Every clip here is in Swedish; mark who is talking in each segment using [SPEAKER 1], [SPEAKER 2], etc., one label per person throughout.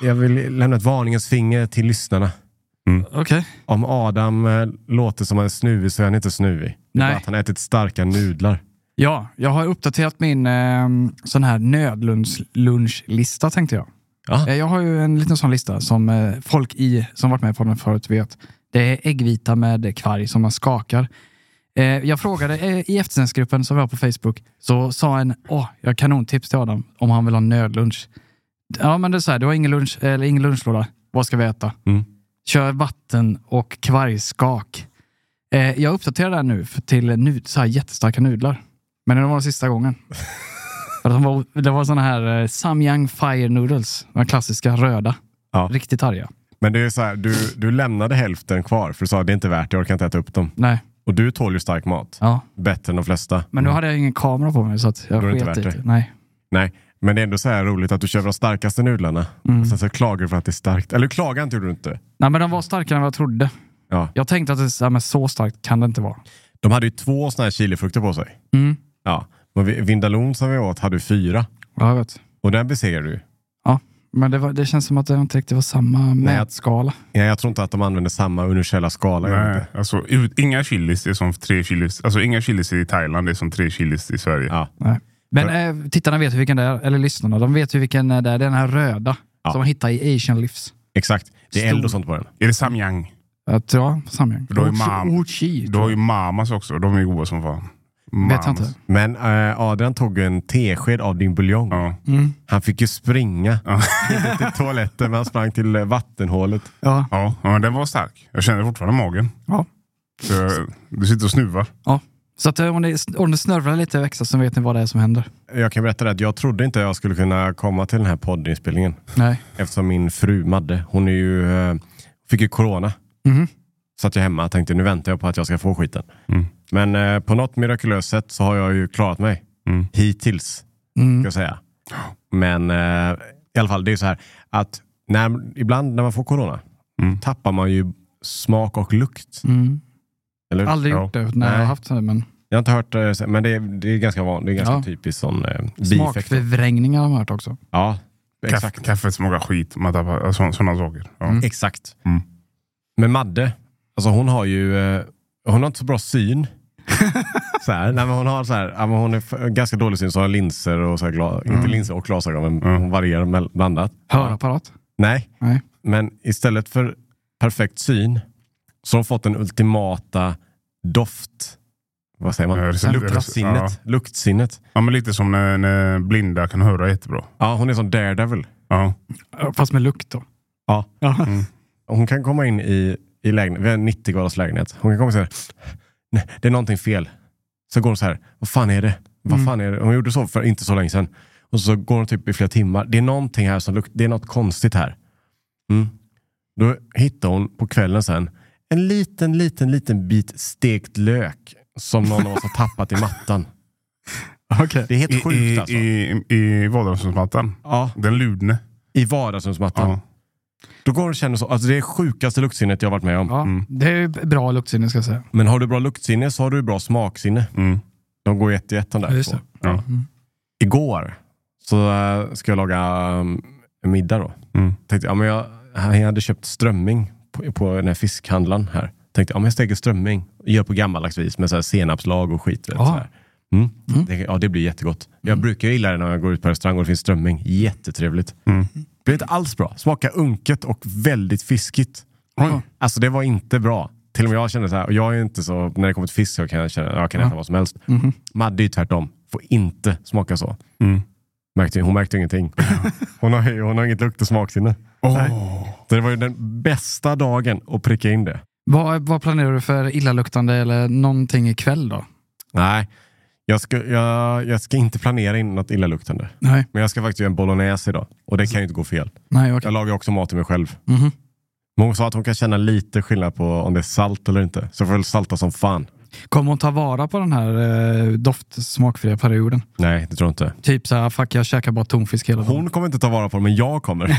[SPEAKER 1] Jag vill lämna ett varningens finger till lyssnarna.
[SPEAKER 2] Okej.
[SPEAKER 1] Om Adam eh, låter som han är snuvig så är han inte snuvig. Det är
[SPEAKER 2] Nej.
[SPEAKER 1] bara att han har ätit starka nudlar.
[SPEAKER 2] Ja, jag har uppdaterat min eh, sån här nödlunchlista tänkte jag.
[SPEAKER 1] Ja.
[SPEAKER 2] Eh, Jag har ju en liten sån lista som eh, folk i, som varit med på den förut vet. Det är äggvita med kvarg som man skakar. Eh, jag frågade eh, i eftersnacksgruppen som vi har på Facebook, så sa en, åh, jag har kanontips till Adam om han vill ha nödlunch. Ja, men det är så här, du har ingen, lunch, eller ingen lunchlåda. Vad ska vi äta?
[SPEAKER 1] Mm.
[SPEAKER 2] Kör vatten och kvargskak. Eh, jag uppdaterar det här nu för- till nu, så här jättestarka nudlar. Men det var den sista gången. För att de var, det var såna här eh, Samyang Fire Noodles. De här klassiska röda.
[SPEAKER 1] Ja.
[SPEAKER 2] Riktigt arga.
[SPEAKER 1] Men det är så här, du, du lämnade hälften kvar för du sa det är inte värt det, jag orkar inte äta upp dem.
[SPEAKER 2] Nej.
[SPEAKER 1] Och du tål ju stark mat.
[SPEAKER 2] Ja.
[SPEAKER 1] Bättre än de flesta.
[SPEAKER 2] Men då hade jag ingen kamera på mig så att jag
[SPEAKER 1] Mm. Då är det inte
[SPEAKER 2] sket i
[SPEAKER 1] värt
[SPEAKER 2] det.
[SPEAKER 1] det.
[SPEAKER 2] Nej.
[SPEAKER 1] Nej, men det är ändå så här roligt att du köper de starkaste nudlarna.
[SPEAKER 2] Mm.
[SPEAKER 1] Och sen så klagar du för att det är starkt. Eller du klagar inte, gjorde du inte.
[SPEAKER 2] Nej, men de var starkare än vad jag trodde.
[SPEAKER 1] Ja.
[SPEAKER 2] Jag tänkte att det, så, här, men så starkt kan det inte vara.
[SPEAKER 1] De hade ju två såna här chilifrukter på sig.
[SPEAKER 2] Mm.
[SPEAKER 1] Ja. Men vi- Vindalon som vi åt hade ju fyra.
[SPEAKER 2] Ja, jag vet.
[SPEAKER 1] Och den besegrade du.
[SPEAKER 2] Ja. Men det, var, det känns som att det inte riktigt var samma mätskala.
[SPEAKER 1] Ja, jag tror inte att de använder samma universella skala. jag vet
[SPEAKER 3] Nej,
[SPEAKER 1] inte.
[SPEAKER 3] alltså, ut- inga chilis är som tre chilis. Alltså inga chilis i Thailand är som tre chilis i Sverige.
[SPEAKER 1] Ja.
[SPEAKER 2] Nej. Men eh, tittarna vet ju vilken det är, eller lyssnarna. De vet ju vilken eh, det är. Det är den här röda som man hittar i Asian Livs.
[SPEAKER 1] Exakt. Det är
[SPEAKER 2] Stor.
[SPEAKER 1] eld och sånt på den.
[SPEAKER 3] Är det samyang?
[SPEAKER 2] Att, ja, Samyang.
[SPEAKER 3] Då är mam-
[SPEAKER 2] Ochi.
[SPEAKER 3] Du har ju mamas också. De är goda som fan.
[SPEAKER 2] Vet
[SPEAKER 3] Mamas.
[SPEAKER 2] jag inte.
[SPEAKER 1] Men eh, Adrian tog en tesked av din buljong.
[SPEAKER 3] Ja.
[SPEAKER 1] Han fick ju springa. Inte till toaletten, men han sprang till eh, vattenhålet.
[SPEAKER 2] Ja.
[SPEAKER 3] Ja, ja, men den var stark. Jag känner fortfarande magen.
[SPEAKER 2] ja.
[SPEAKER 3] Så jag, du sitter och snuvar.
[SPEAKER 2] ja. Så att, eh, om, det, om det snörvlar lite i växeln så vet ni vad det är som händer.
[SPEAKER 1] Jag kan berätta det att jag trodde inte jag skulle kunna komma till den här poddinspelningen.
[SPEAKER 2] Nej.
[SPEAKER 1] Eftersom min fru Madde, hon är ju, eh, fick ju corona.
[SPEAKER 2] Mhm.
[SPEAKER 1] Satt jag hemma och tänkte nu väntar jag på att jag ska få skiten. Men eh, på något mirakulöst sätt så har jag ju klarat mig. Hittills,
[SPEAKER 2] Mm.
[SPEAKER 1] ska jag säga. Men eh, i alla fall, det är så här att när, ibland när man får corona tappar man ju smak och lukt.
[SPEAKER 2] Mm.
[SPEAKER 1] Eller? hur?
[SPEAKER 2] Aldrig
[SPEAKER 1] Ja.
[SPEAKER 2] gjort det när jag har
[SPEAKER 1] Nej.
[SPEAKER 2] haft det. Men
[SPEAKER 1] Jag har inte hört eh, så- men det, är- det är ganska vanligt. Det är ganska
[SPEAKER 2] Ja.
[SPEAKER 1] typiskt sån eh, bieffekt.
[SPEAKER 2] smakförvrängningar har man hört också.
[SPEAKER 1] Ja, exakt.
[SPEAKER 3] Kaff, kaffet smakar skit. Man tappar, alltså, sådana saker. Ja.
[SPEAKER 1] Exakt.
[SPEAKER 3] Mm.
[SPEAKER 1] Men Madde, alltså hon har ju eh, hon har inte så bra syn. så här, nej men hon, har så här, ja, men hon är f- ganska dålig syn, så har linser och så här, gla, inte linser och glasögon, men hon varierar mell- blandat.
[SPEAKER 2] Hörapparat?
[SPEAKER 1] Nej,
[SPEAKER 2] Nej.
[SPEAKER 1] men istället för perfekt syn så har hon fått den ultimata doft... Vad säger man?
[SPEAKER 3] Ja, recept-
[SPEAKER 1] Luktsinnet.
[SPEAKER 3] ja.
[SPEAKER 1] Luktsinnet.
[SPEAKER 3] Ja, men lite som när, när blinda kan höra jättebra.
[SPEAKER 1] Ja, hon är som daredevil.
[SPEAKER 3] Ja.
[SPEAKER 2] Fast med lukt då.
[SPEAKER 1] Ja.
[SPEAKER 2] Ja.
[SPEAKER 1] Hon kan komma in i, i lägenhet, vi har en 90 kvadrats lägenhet. Hon kan komma och säga, nej, det är någonting fel. Så går hon så här, vad fan är det? Vad fan är det? Hon gjorde så för inte så länge sedan. Och så går hon typ i flera timmar. Det är någonting här som luktar, det är något konstigt här. Mm. Då hittar hon på kvällen sen en liten, liten, liten bit stekt lök som någon av oss har tappat i mattan.
[SPEAKER 2] Okej.
[SPEAKER 1] Det är helt
[SPEAKER 3] I, i,
[SPEAKER 1] sjukt alltså. I,
[SPEAKER 3] i, i vardagsrumsmattan.
[SPEAKER 1] ja,
[SPEAKER 3] Den ludne.
[SPEAKER 1] i vardagsrumsmattan.
[SPEAKER 3] Ja.
[SPEAKER 1] Då går hon och känner så. Alltså det är sjukaste luktsinnet jag har varit med om.
[SPEAKER 2] Ja, Det är ju bra luktsinne ska jag säga.
[SPEAKER 1] Men har du bra luktsinne så har du bra smaksinne.
[SPEAKER 3] Mm.
[SPEAKER 1] De går jätte, jätte där.
[SPEAKER 2] Ja, just
[SPEAKER 1] två.
[SPEAKER 2] det. Mm.
[SPEAKER 3] Ja.
[SPEAKER 1] Igår så eh, ska jag laga um, middag då.
[SPEAKER 3] Mm.
[SPEAKER 1] Tänkte, ja, men jag, jag hade köpt strömming på, på den här fiskhandlaren här. Tänkte, ja, men jag steker strömming. Gör på gammaldags vis med så här senapslag och skit. Vet,
[SPEAKER 2] Ja.
[SPEAKER 1] så här. Mm. Tänkte, Ja, det blir jättegott. Jag brukar ju gilla det när jag går ut på restaurang och det finns strömming. Jättetrevligt.
[SPEAKER 3] Mm.
[SPEAKER 1] Blir inte alls bra. Smakar unket och väldigt fiskigt.
[SPEAKER 3] Oj.
[SPEAKER 1] Alltså det var inte bra. Till och med jag kände så här, och jag är inte så, när det kommer till fisk så kan jag känna, jag kan äta vad som helst. Madde är ju tvärtom, får inte smaka så.
[SPEAKER 3] Mm-hmm. Mm.
[SPEAKER 1] Märkte, hon märkte ingenting. Hon har, ju- hon har inget lukt och smaksinne. Så det var ju den bästa dagen att pricka in det.
[SPEAKER 2] Vad, vad planerar du för illaluktande eller någonting ikväll då?
[SPEAKER 1] Nej, jag ska, jag, jag ska inte planera in något illaluktande.
[SPEAKER 2] Nej,
[SPEAKER 1] Men jag ska faktiskt göra en bolognese idag och det kan ju inte gå fel.
[SPEAKER 2] nej okej.
[SPEAKER 1] Jag lagar också mat till mig själv.
[SPEAKER 2] Mhm.
[SPEAKER 1] Men hon sa att hon kan känna lite skillnad på om det är salt eller inte. Så jag får väl salta som fan.
[SPEAKER 2] Kommer hon ta vara på den här eh, doftsmakfria perioden?
[SPEAKER 1] Nej, det tror jag inte.
[SPEAKER 2] Typ så här, fuck jag käkar bara tonfisk hela dagen.
[SPEAKER 1] Hon kommer inte ta vara på det, men jag kommer.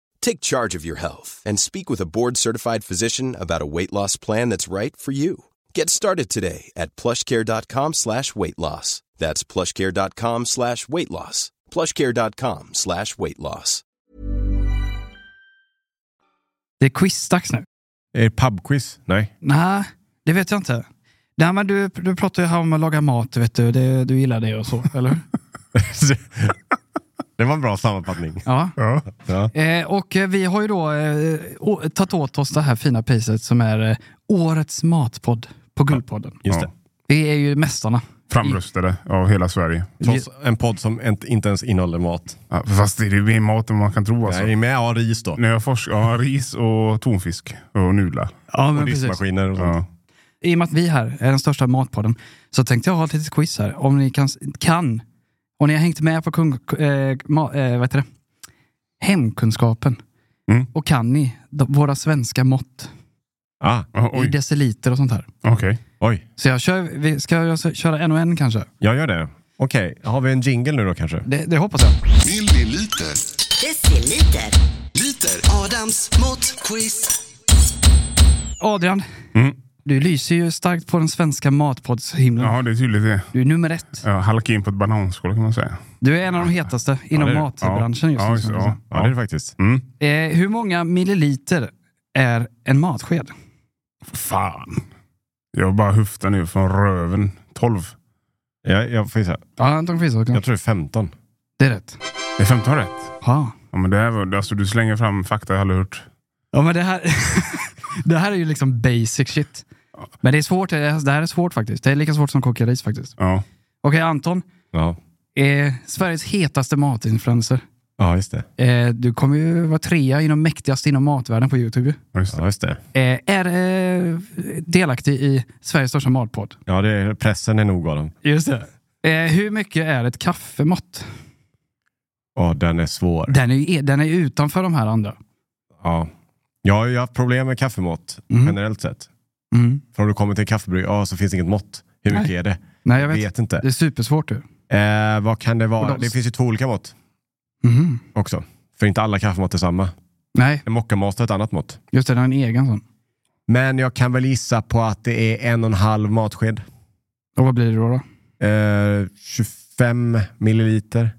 [SPEAKER 4] Take charge of your health and speak with a board-certified physician about a weight loss plan that's right for you. Get started today at plushcare.com slash weight loss. That's plushcare.com slash weight loss. plushcare.com slash weight loss.
[SPEAKER 2] Det är quizdags nu.
[SPEAKER 1] Är det pubquiz? Nej.
[SPEAKER 2] Nej, det vet jag inte. Nej, men du, du pratar ju här om att laga mat, vet du. Det, du gillar det och så, eller hur?
[SPEAKER 1] det var en bra sammanfattning.
[SPEAKER 2] Ja.
[SPEAKER 3] Ja.
[SPEAKER 1] Ja.
[SPEAKER 2] Eh, och eh, vi har ju då eh, å- tagit åt oss det här fina priset som är eh, Årets matpodd på Guldpodden.
[SPEAKER 1] Just
[SPEAKER 3] Ja.
[SPEAKER 1] det.
[SPEAKER 2] Vi är ju mästarna.
[SPEAKER 3] Framröstade av hela Sverige.
[SPEAKER 1] Trots en podd som en- inte ens innehåller mat.
[SPEAKER 3] Ja, fast det är ju mer mat än man kan tro alltså.
[SPEAKER 1] Nej, det är med ja, ris då.
[SPEAKER 3] När jag forskar, ja, ris och tonfisk och nudlar.
[SPEAKER 2] Ja,
[SPEAKER 1] Och diskmaskiner och sånt.
[SPEAKER 3] Ja.
[SPEAKER 2] I och med att vi här är den största matpodden så tänkte jag ha ett litet quiz här. Om ni kan, kan om ni har hängt med på kung, eh, ma, eh, vad heter det? hemkunskapen
[SPEAKER 3] Mm.
[SPEAKER 2] och kan ni de, våra svenska mått
[SPEAKER 1] Ah,
[SPEAKER 3] Ja,
[SPEAKER 2] i
[SPEAKER 3] Oj,
[SPEAKER 2] deciliter och sånt här.
[SPEAKER 3] okej.
[SPEAKER 1] oj,
[SPEAKER 2] Så jag kör, vi- ska jag s- köra en och en kanske?
[SPEAKER 1] jag gör det. Okej, har vi en jingle nu då kanske?
[SPEAKER 2] Det, det hoppas jag.
[SPEAKER 5] Milliliter.
[SPEAKER 6] Deciliter.
[SPEAKER 5] Liter. Adams måttquiz.
[SPEAKER 2] Adrian,
[SPEAKER 3] Mm.
[SPEAKER 2] du lyser ju starkt på den svenska matpoddshimlen.
[SPEAKER 3] Ja, det är tydligt det.
[SPEAKER 2] Du är nummer ett.
[SPEAKER 3] Ja, halka in på ett bananskal kan man säga.
[SPEAKER 2] Du är en av de hetaste inom
[SPEAKER 1] det är-
[SPEAKER 2] matbranschen just
[SPEAKER 3] ja,
[SPEAKER 2] nu.
[SPEAKER 3] just
[SPEAKER 2] skulle jag
[SPEAKER 3] det,
[SPEAKER 2] säga.
[SPEAKER 1] Ja, det är det faktiskt.
[SPEAKER 3] Mm.
[SPEAKER 2] Eh, hur många milliliter är en matsked?
[SPEAKER 3] Fan. Jag bara höftar nu från röven. 12.
[SPEAKER 1] Jag, jag får gissa.
[SPEAKER 2] Ja, Anton Kvisthagen.
[SPEAKER 1] Jag tror det är 15.
[SPEAKER 2] Det är rätt.
[SPEAKER 3] Det är 15 rätt.
[SPEAKER 2] Ja.
[SPEAKER 3] Ja, men det här var, alltså, du slänger fram fakta jag aldrig hört.
[SPEAKER 2] ja, men det här, det här är ju liksom basic shit. Men det är svårt. Det här det här är svårt faktiskt. Det är lika svårt som koka ris faktiskt.
[SPEAKER 3] Ja.
[SPEAKER 2] Okej, Anton.
[SPEAKER 1] Ja,
[SPEAKER 2] Eh, Sveriges hetaste matinfluencer.
[SPEAKER 1] ja just det.
[SPEAKER 2] Eh, du kommer ju vara trea inom mäktigast inom matvärlden på YouTube. ju.
[SPEAKER 3] Ja, Just det.
[SPEAKER 1] Ja, just det.
[SPEAKER 2] Eh, är eh, delaktig i Sveriges största matpodd.
[SPEAKER 1] Ja, det är, pressen är nog av dem.
[SPEAKER 2] Just det. Eh, hur mycket är ett kaffemått?
[SPEAKER 1] Ja, den är svår.
[SPEAKER 2] Den är, ju- e- den är ju utanför de här andra.
[SPEAKER 1] Ja. Jag har ju haft problem med kaffemått
[SPEAKER 2] Mm.
[SPEAKER 1] generellt sett.
[SPEAKER 2] Mm.
[SPEAKER 1] För om du kommer till en kaffebrygg, ja så finns det inget mått. Hur mycket
[SPEAKER 2] Nej.
[SPEAKER 1] är det?
[SPEAKER 2] Nej, jag
[SPEAKER 1] Jag
[SPEAKER 2] vet.
[SPEAKER 1] vet, inte.
[SPEAKER 2] Det är supersvårt du.
[SPEAKER 1] Eh, vad kan det
[SPEAKER 2] Och
[SPEAKER 1] vara?
[SPEAKER 2] de-
[SPEAKER 1] Det finns ju två olika mått
[SPEAKER 2] Mhm.
[SPEAKER 1] också. För inte alla kaffemått är samma.
[SPEAKER 2] Nej,
[SPEAKER 1] En mockamaster är ett annat mått.
[SPEAKER 2] just det. Den har en egen sån.
[SPEAKER 1] Men jag kan väl gissa på att det är en och en halv matsked.
[SPEAKER 2] Och vad blir det då? då?
[SPEAKER 1] Eh, 25 milliliter.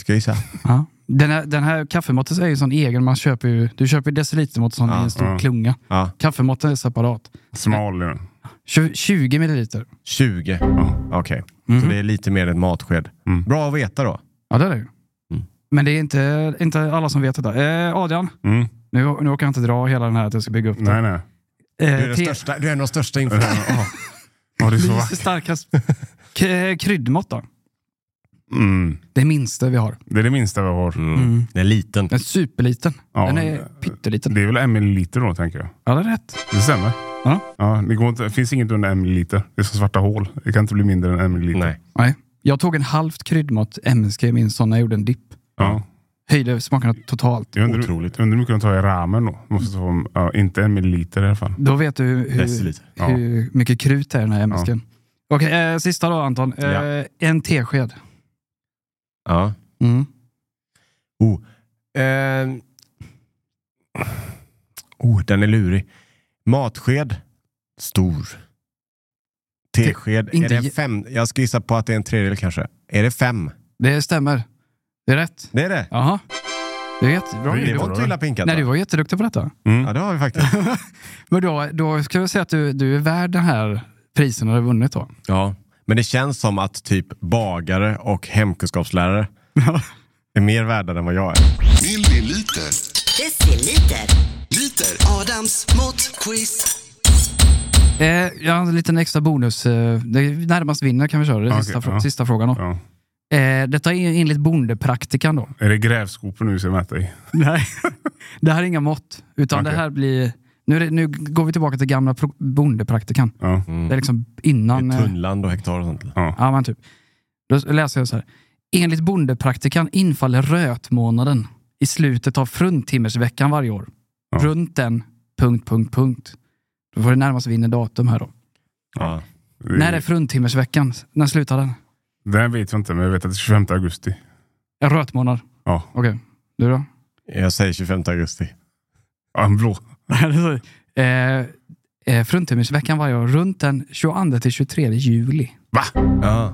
[SPEAKER 1] Ska jag gissa?
[SPEAKER 2] Ja. Den, här, den här kaffemåttet är ju sån egen. Man köper ju, du köper ju decilitermått sån i
[SPEAKER 1] Ja,
[SPEAKER 2] en stor
[SPEAKER 3] ja.
[SPEAKER 2] klunga.
[SPEAKER 1] Ja,
[SPEAKER 2] Kaffemåttet är separat.
[SPEAKER 3] Smal är den.
[SPEAKER 2] Tju- 20 milliliter.
[SPEAKER 1] 20.
[SPEAKER 3] Ja.
[SPEAKER 1] Okej, så
[SPEAKER 2] Mhm.
[SPEAKER 1] det är lite mer än en matsked.
[SPEAKER 3] Mm.
[SPEAKER 1] Bra att veta då.
[SPEAKER 2] Ja, det är det ju.
[SPEAKER 1] Mm.
[SPEAKER 2] Men det är inte, inte alla som vet detta. Eh, Adrian,
[SPEAKER 3] Mm.
[SPEAKER 2] nu, nu åker jag inte dra hela den här att jag ska bygga upp
[SPEAKER 3] Nej, nej.
[SPEAKER 1] Du är,
[SPEAKER 2] Eh,
[SPEAKER 1] den
[SPEAKER 2] te-
[SPEAKER 1] största, du är en av de största influenserna.
[SPEAKER 3] Ja, Ja, det är så
[SPEAKER 2] Lyser
[SPEAKER 3] vackert.
[SPEAKER 2] starkast. K- eh, kryddmått då?
[SPEAKER 3] Mm.
[SPEAKER 2] Det minsta vi har.
[SPEAKER 3] Det är det minsta vi har.
[SPEAKER 2] Mm.
[SPEAKER 1] Den är liten.
[SPEAKER 2] Den är superliten.
[SPEAKER 3] Ja,
[SPEAKER 2] den
[SPEAKER 1] eh,
[SPEAKER 2] är pytteliten.
[SPEAKER 3] Det är väl en milliliter då, tänker jag.
[SPEAKER 2] Ja, det är rätt.
[SPEAKER 3] Det stämmer.
[SPEAKER 2] Ja.
[SPEAKER 3] Ja, det, går inte, det finns inget under en milliliter. Det är som svarta hål. Det kan inte bli mindre än en milliliter.
[SPEAKER 1] Nej.
[SPEAKER 2] Nej. Jag tog en halvt kryddmått MSG i min sån när jag gjorde en dipp.
[SPEAKER 3] Ja.
[SPEAKER 2] Höjde smakerna totalt.
[SPEAKER 3] Jag undrar,
[SPEAKER 1] Otroligt.
[SPEAKER 3] undrar hur mycket de tar i ramen då. Måste ta, ja, inte en milliliter i alla fall.
[SPEAKER 2] Då vet du hur, hur,
[SPEAKER 1] Deciliter.
[SPEAKER 3] Ja.
[SPEAKER 2] hur mycket krut det är i den här MSG'n. Okej, eh, sista då Anton. Eh,
[SPEAKER 1] Ja.
[SPEAKER 2] En tesked.
[SPEAKER 1] Ja.
[SPEAKER 2] Mm.
[SPEAKER 1] Oh. Ehm. oh, den är lurig. Matsked, stor. Tesked,
[SPEAKER 2] inte
[SPEAKER 1] är det en
[SPEAKER 2] ge-
[SPEAKER 1] fem? Jag ska gissa på att det är en tredjedel kanske. Är det fem?
[SPEAKER 2] Det stämmer. Det är rätt.
[SPEAKER 1] Det är det.
[SPEAKER 2] Jaha. Det är jättebra.
[SPEAKER 3] Det är
[SPEAKER 1] Det
[SPEAKER 2] Du
[SPEAKER 1] var
[SPEAKER 2] var,
[SPEAKER 1] inte illa pinkat.
[SPEAKER 2] nej, du
[SPEAKER 1] va?
[SPEAKER 2] var jätteduktig på detta.
[SPEAKER 3] Mm.
[SPEAKER 1] Ja, det har vi faktiskt.
[SPEAKER 2] Men då, då ska vi säga att du, du är värd den här prisen du har vunnit då.
[SPEAKER 1] ja. Men det känns som att typ bagare och hemkunskapslärare är mer värda än vad jag är.
[SPEAKER 5] Milliliter.
[SPEAKER 6] Deciliter.
[SPEAKER 5] Liter. Eliter. Adams mått quiz.
[SPEAKER 2] Eh, jag har en liten extra bonus. Eh, det är närmast vinner kan vi köra. Det är
[SPEAKER 3] Okej,
[SPEAKER 2] sista, frå-
[SPEAKER 3] ja.
[SPEAKER 2] sista frågan. Då.
[SPEAKER 3] Ja.
[SPEAKER 2] Eh, detta är enligt bondepraktikan då.
[SPEAKER 3] Är det grävskopor nu vi ska mäta i?
[SPEAKER 2] Nej. det här är inga mått. Utan
[SPEAKER 3] Okej.
[SPEAKER 2] det här blir... Nu, är det, nu går vi tillbaka till gamla pro- bondepraktikan.
[SPEAKER 3] Ja.
[SPEAKER 2] Det är liksom innan...
[SPEAKER 1] Det är
[SPEAKER 2] eh,
[SPEAKER 1] tunnland och hektar och sånt.
[SPEAKER 3] Ja.
[SPEAKER 2] Ja, men typ. Då läser jag så här. Enligt bondepraktikan infaller rötmånaden i slutet av fruntimmersveckan varje år.
[SPEAKER 3] Ja.
[SPEAKER 2] Runt den... Punkt, punkt, punkt. Då får det närmast vinna datum här då.
[SPEAKER 1] Ja.
[SPEAKER 3] Det-
[SPEAKER 2] När är fruntimmersveckan? När slutar den?
[SPEAKER 3] Det här vet jag inte, men jag vet att det är 25 augusti.
[SPEAKER 2] En rötmånad.
[SPEAKER 3] Ja.
[SPEAKER 2] Okej. Du då?
[SPEAKER 1] Jag säger 25 augusti.
[SPEAKER 3] Ja, en blå.
[SPEAKER 2] eh, eh, fruntimmersveckan varje år. Runt den 22 till 23 juli.
[SPEAKER 1] Ja.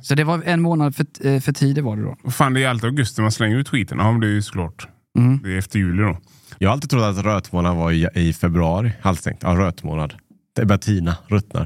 [SPEAKER 2] Så det var en månad för, eh, för tidigt var det då.
[SPEAKER 3] Vad fan, det är alltid augusti man slänger ut skiten. Ja, men det är ju såklart.
[SPEAKER 2] Mm.
[SPEAKER 3] Det är efter juli då.
[SPEAKER 1] Jag har alltid trott att rötmånad var i, i februari. Alltid tänkt, ja rötmånad. Det börjar tina, ruttnar.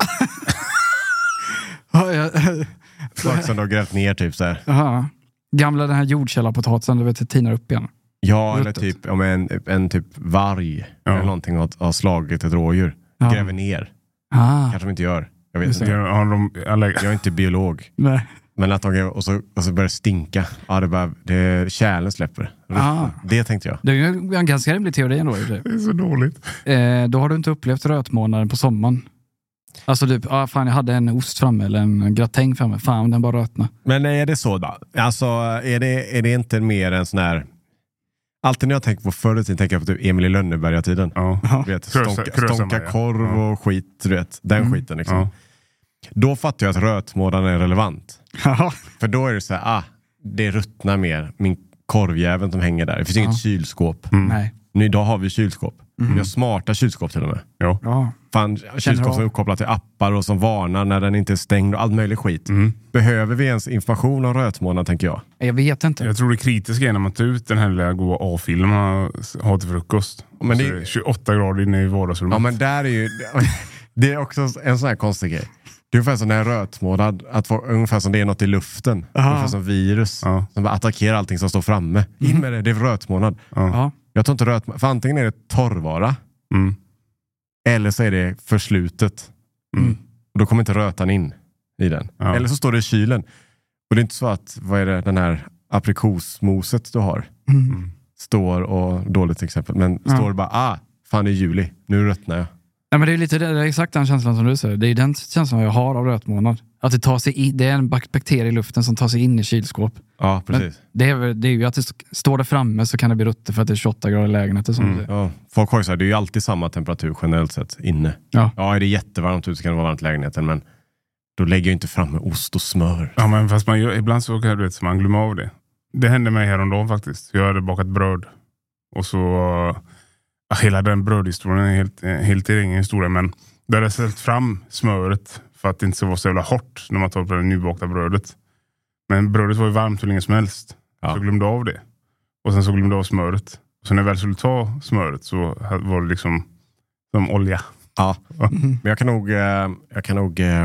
[SPEAKER 1] Folk som de har grävt ner typ så här.
[SPEAKER 2] Aha. Gamla den här jordkällarpotatisen, du vet, det tinar upp igen.
[SPEAKER 1] Ja, eller
[SPEAKER 2] Ruttet.
[SPEAKER 1] typ om en, en typ varg
[SPEAKER 3] Ja.
[SPEAKER 1] eller någonting har, har slagit ett rådjur.
[SPEAKER 2] Ja.
[SPEAKER 1] Gräver ner.
[SPEAKER 2] Ah,
[SPEAKER 1] Kanske de inte gör. Jag vet
[SPEAKER 2] Just
[SPEAKER 1] inte.
[SPEAKER 3] Ja, Har de, alla,
[SPEAKER 1] Jag är inte biolog.
[SPEAKER 2] nej.
[SPEAKER 1] Men att de gräver och så, och så börjar det stinka. Ja, det bara, det, kärlen släpper.
[SPEAKER 2] Ah.
[SPEAKER 1] Det tänkte jag.
[SPEAKER 2] Det är ju en ganska rimlig teori ändå. i och för sig.
[SPEAKER 3] det är så dåligt.
[SPEAKER 2] Eh, då har du inte upplevt rötmånaden på sommaren. Alltså typ, ah, fan jag hade en ost framme eller en gratäng framme. Fan, den bara rötna.
[SPEAKER 1] Men är det så? då? Alltså, är det, är det inte mer en sån här... Alltid när jag tänker på förr i tiden tänker jag på typ Emil i Lönneberga-tiden.
[SPEAKER 3] Ja.
[SPEAKER 1] Du vet,
[SPEAKER 3] Krösa-
[SPEAKER 1] stånka,
[SPEAKER 3] krösa
[SPEAKER 1] stånka
[SPEAKER 3] Maja.
[SPEAKER 1] korv
[SPEAKER 3] Ja. Mm.
[SPEAKER 1] och skit, du vet. Den skiten liksom.
[SPEAKER 3] Ja.
[SPEAKER 1] Då fattar jag att rötmånaden är relevant.
[SPEAKER 2] Ja.
[SPEAKER 1] För då är det så här, ah, det ruttnar mer. Min korvjäveln som hänger där. Det finns inget kylskåp.
[SPEAKER 3] Mm.
[SPEAKER 2] Nej.
[SPEAKER 1] Nu idag har vi kylskåp. Vi har smarta kylskåp till och med.
[SPEAKER 3] Ja.
[SPEAKER 2] Ja.
[SPEAKER 1] Fan, kylskåp som
[SPEAKER 2] av.
[SPEAKER 1] är uppkopplat till appar och som varnar när den inte är stängd och allt möjligt skit. Behöver vi ens information om rötmånad tänker jag?
[SPEAKER 2] Jag vet inte.
[SPEAKER 3] Jag tror det kritiska är när man tar ut den här lilla goa A-filen man har till frukost.
[SPEAKER 1] Men
[SPEAKER 3] Men det...
[SPEAKER 1] det-
[SPEAKER 3] Så är det 28 grader inne i vardagsrummet.
[SPEAKER 1] Ja men där är ju, det är också en sån här konstig grej. Det är ungefär som den här rötmånad, att få, ungefär som det är något i luften. Ungefär som virus
[SPEAKER 3] Ja.
[SPEAKER 1] som bara attackerar allting som står framme. In med det, det är rötmånad.
[SPEAKER 2] Ja.
[SPEAKER 1] Jag tror inte rötmånad, för antingen är det torrvara
[SPEAKER 3] Mm.
[SPEAKER 1] eller så är det förslutet.
[SPEAKER 3] Mm.
[SPEAKER 1] Och då kommer inte rötan in i den.
[SPEAKER 3] Ja.
[SPEAKER 1] Eller så står det i kylen. Och det är inte så att, vad är det, den här aprikosmoset du har
[SPEAKER 2] Mm.
[SPEAKER 1] står och, dåligt exempel, men
[SPEAKER 2] Ja.
[SPEAKER 1] står bara, ah, fan det är juli, nu ruttnar jag.
[SPEAKER 2] Ja, men det är lite det, det är exakt den känslan som du säger. Det är den känslan jag har av rötmånad. Att det, tar sig in, det är en bak- bakterie i luften som tar sig in i kylskåp.
[SPEAKER 1] Ja, precis.
[SPEAKER 2] Det är, väl- det är ju att det st- står det framme så kan det bli ruttet för att det är 28 grader i lägenheten. Som du säger.
[SPEAKER 1] Ja, folk har ju så här, det är ju alltid samma temperatur generellt sett inne.
[SPEAKER 2] Ja.
[SPEAKER 1] Ja, är det jättevarmt ute så kan det vara varmt i lägenheten, men då lägger jag inte fram ost och smör.
[SPEAKER 3] Ja, men fast man gör, ibland så kan du vet, så man glömmer av det. Det hände mig häromdagen faktiskt. Jag hade bakat bröd. Och så... eh, hela den brödhistorien är helt, eh, helt i egen historia. Men där hade jag ställt fram smöret för att det inte ska vara så jävla hårt när man tar på det nybakta brödet. Men brödet var ju varmt hur länge som helst.
[SPEAKER 1] Ja.
[SPEAKER 3] Så jag glömde av det. Och sen så glömde jag av smöret. Och sen när jag väl skulle ta smöret så var det liksom som olja.
[SPEAKER 1] Ja. Men jag kan nog, eh, jag kan nog eh,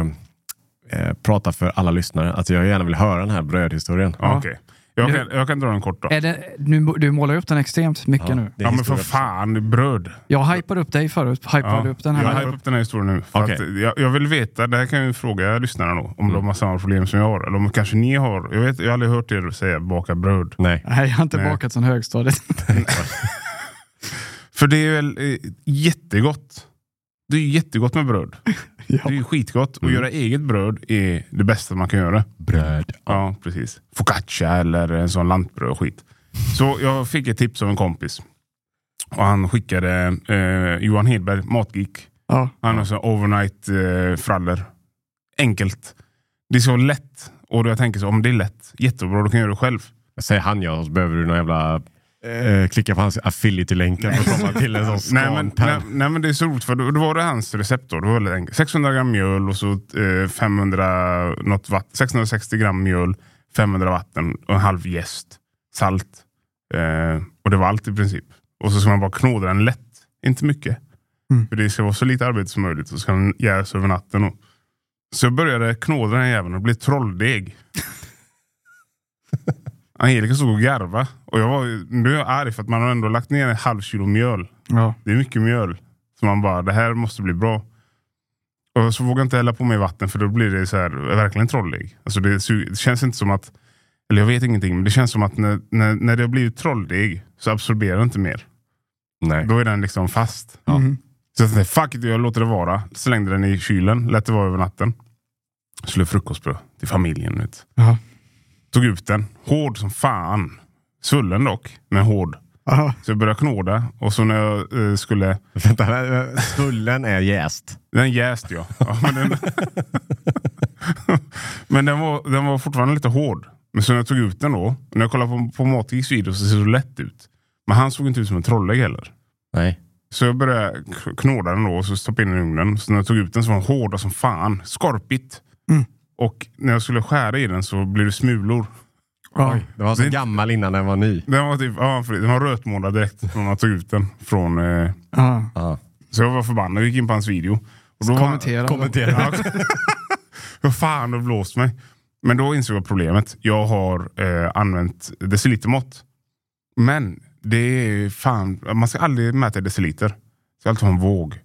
[SPEAKER 1] eh, prata för alla lyssnare att jag gärna vill höra den här brödhistorien.
[SPEAKER 3] Ja. okej. Jag, kan, jag kan dra den kort då.
[SPEAKER 2] Är det, nu, du målar upp den extremt mycket
[SPEAKER 1] Ja,
[SPEAKER 2] nu.
[SPEAKER 1] det är
[SPEAKER 3] Ja men för
[SPEAKER 1] historia.
[SPEAKER 3] fan, det är bröd.
[SPEAKER 2] Jag hypade upp dig förut. Hypade upp den här.
[SPEAKER 3] Jag hypar upp den här historien nu. För
[SPEAKER 1] Okej.
[SPEAKER 3] att jag, jag vill veta, det här kan jag ju fråga lyssnarna då, om de har samma problem som jag har. Eller om kanske ni har. Jag, vet, jag har aldrig hört er säga baka bröd.
[SPEAKER 1] Nej.
[SPEAKER 2] Nej, jag har inte
[SPEAKER 3] Nej.
[SPEAKER 2] bakat sen högstadiet.
[SPEAKER 3] För det är väl eh, jättegott. Det är ju jättegott med bröd. Det är ju skitgott. Och göra eget bröd är det bästa man kan göra.
[SPEAKER 1] Bröd.
[SPEAKER 3] Ja, precis. Focaccia eller en sån lantbröd och skit. Så jag fick ett tips av en kompis. Och han skickade eh, Johan Hedberg, Matgeek.
[SPEAKER 2] Ja.
[SPEAKER 3] Han har så här overnight eh, frallor. Enkelt. Det är så lätt. Och då jag tänker så, om det är lätt, jättebra, då kan jag göra det själv.
[SPEAKER 1] Säger han ja, så behöver du någon jävla... Eh, klicka på hans affiliate-länkar för att komma till en sån
[SPEAKER 3] Nej men, nej,
[SPEAKER 1] skanpann.
[SPEAKER 3] nej men det är så roligt, för då, då var det hans recept. Då. Det var väldigt enkelt. 600 gram mjöl och så eh, 500, något vatt, 660 gram mjöl, 500 vatten och en halv jäst. Salt. Eh, och det var allt i princip. Och så ska man bara knåda den lätt. Inte mycket. För det ska vara så lite arbete som möjligt. Och så ska den jäsa över natten. Och. Så jag började knåda den jäveln och det blev trolldeg. Angelica stod och garva. Och jag var, ju- nu är jag arg för att man har ändå lagt ner en halv kilo mjöl.
[SPEAKER 2] Ja.
[SPEAKER 3] Det är mycket mjöl. Så man bara, det här måste bli bra. Och så vågar jag inte hälla på mig vatten för då blir det så här, verkligen trollig. Alltså det, su- det känns inte som att, eller jag vet ingenting, men det känns som att när, när, när det har blivit trollig så absorberar det inte mer.
[SPEAKER 1] Nej.
[SPEAKER 3] Då är den liksom fast.
[SPEAKER 2] Mhm.
[SPEAKER 3] Så jag tänkte, fuck it, jag låter det vara. Slängde den i kylen, lät det vara över natten. Skulle frukostbröd till familjen. Vet.
[SPEAKER 2] Ja.
[SPEAKER 3] Tog ut den, hård som fan. Svullen dock, men hård.
[SPEAKER 2] Aha.
[SPEAKER 3] Så jag började knåda och så när jag eh, skulle...
[SPEAKER 1] Vänta, vä- vä- svullen är jäst.
[SPEAKER 3] Den jäste jag. Ja, men den, men den, var, den var fortfarande lite hård. Men så när jag tog ut den då, när jag kollade på, på Matiks video så ser det så lätt ut. Men han såg inte ut som en trollägg heller.
[SPEAKER 1] Nej.
[SPEAKER 3] Så jag började k- knåda den då och så stoppade in den i ugnen. Så när jag tog ut den så var den hård som fan. Skorpigt.
[SPEAKER 2] Mm.
[SPEAKER 3] Och när jag skulle skära i den så blev det smulor.
[SPEAKER 2] Ja.
[SPEAKER 1] Den var så
[SPEAKER 3] Det är inte-
[SPEAKER 1] gammal innan den var ny.
[SPEAKER 3] Den var, typ, ja, för- den var rötmålad direkt när man tog ut den. Från, eh,
[SPEAKER 2] Ja.
[SPEAKER 1] Ja.
[SPEAKER 3] så jag var förbannad och gick in på hans video. Och då var-
[SPEAKER 2] Kommentera.
[SPEAKER 1] Kommentera.
[SPEAKER 3] Vad fan, du har blåst mig. Men då insåg jag problemet. Jag har eh, använt decilitermått. Men det är fan, man ska aldrig mäta i deciliter. Man ska alltid ha en våg.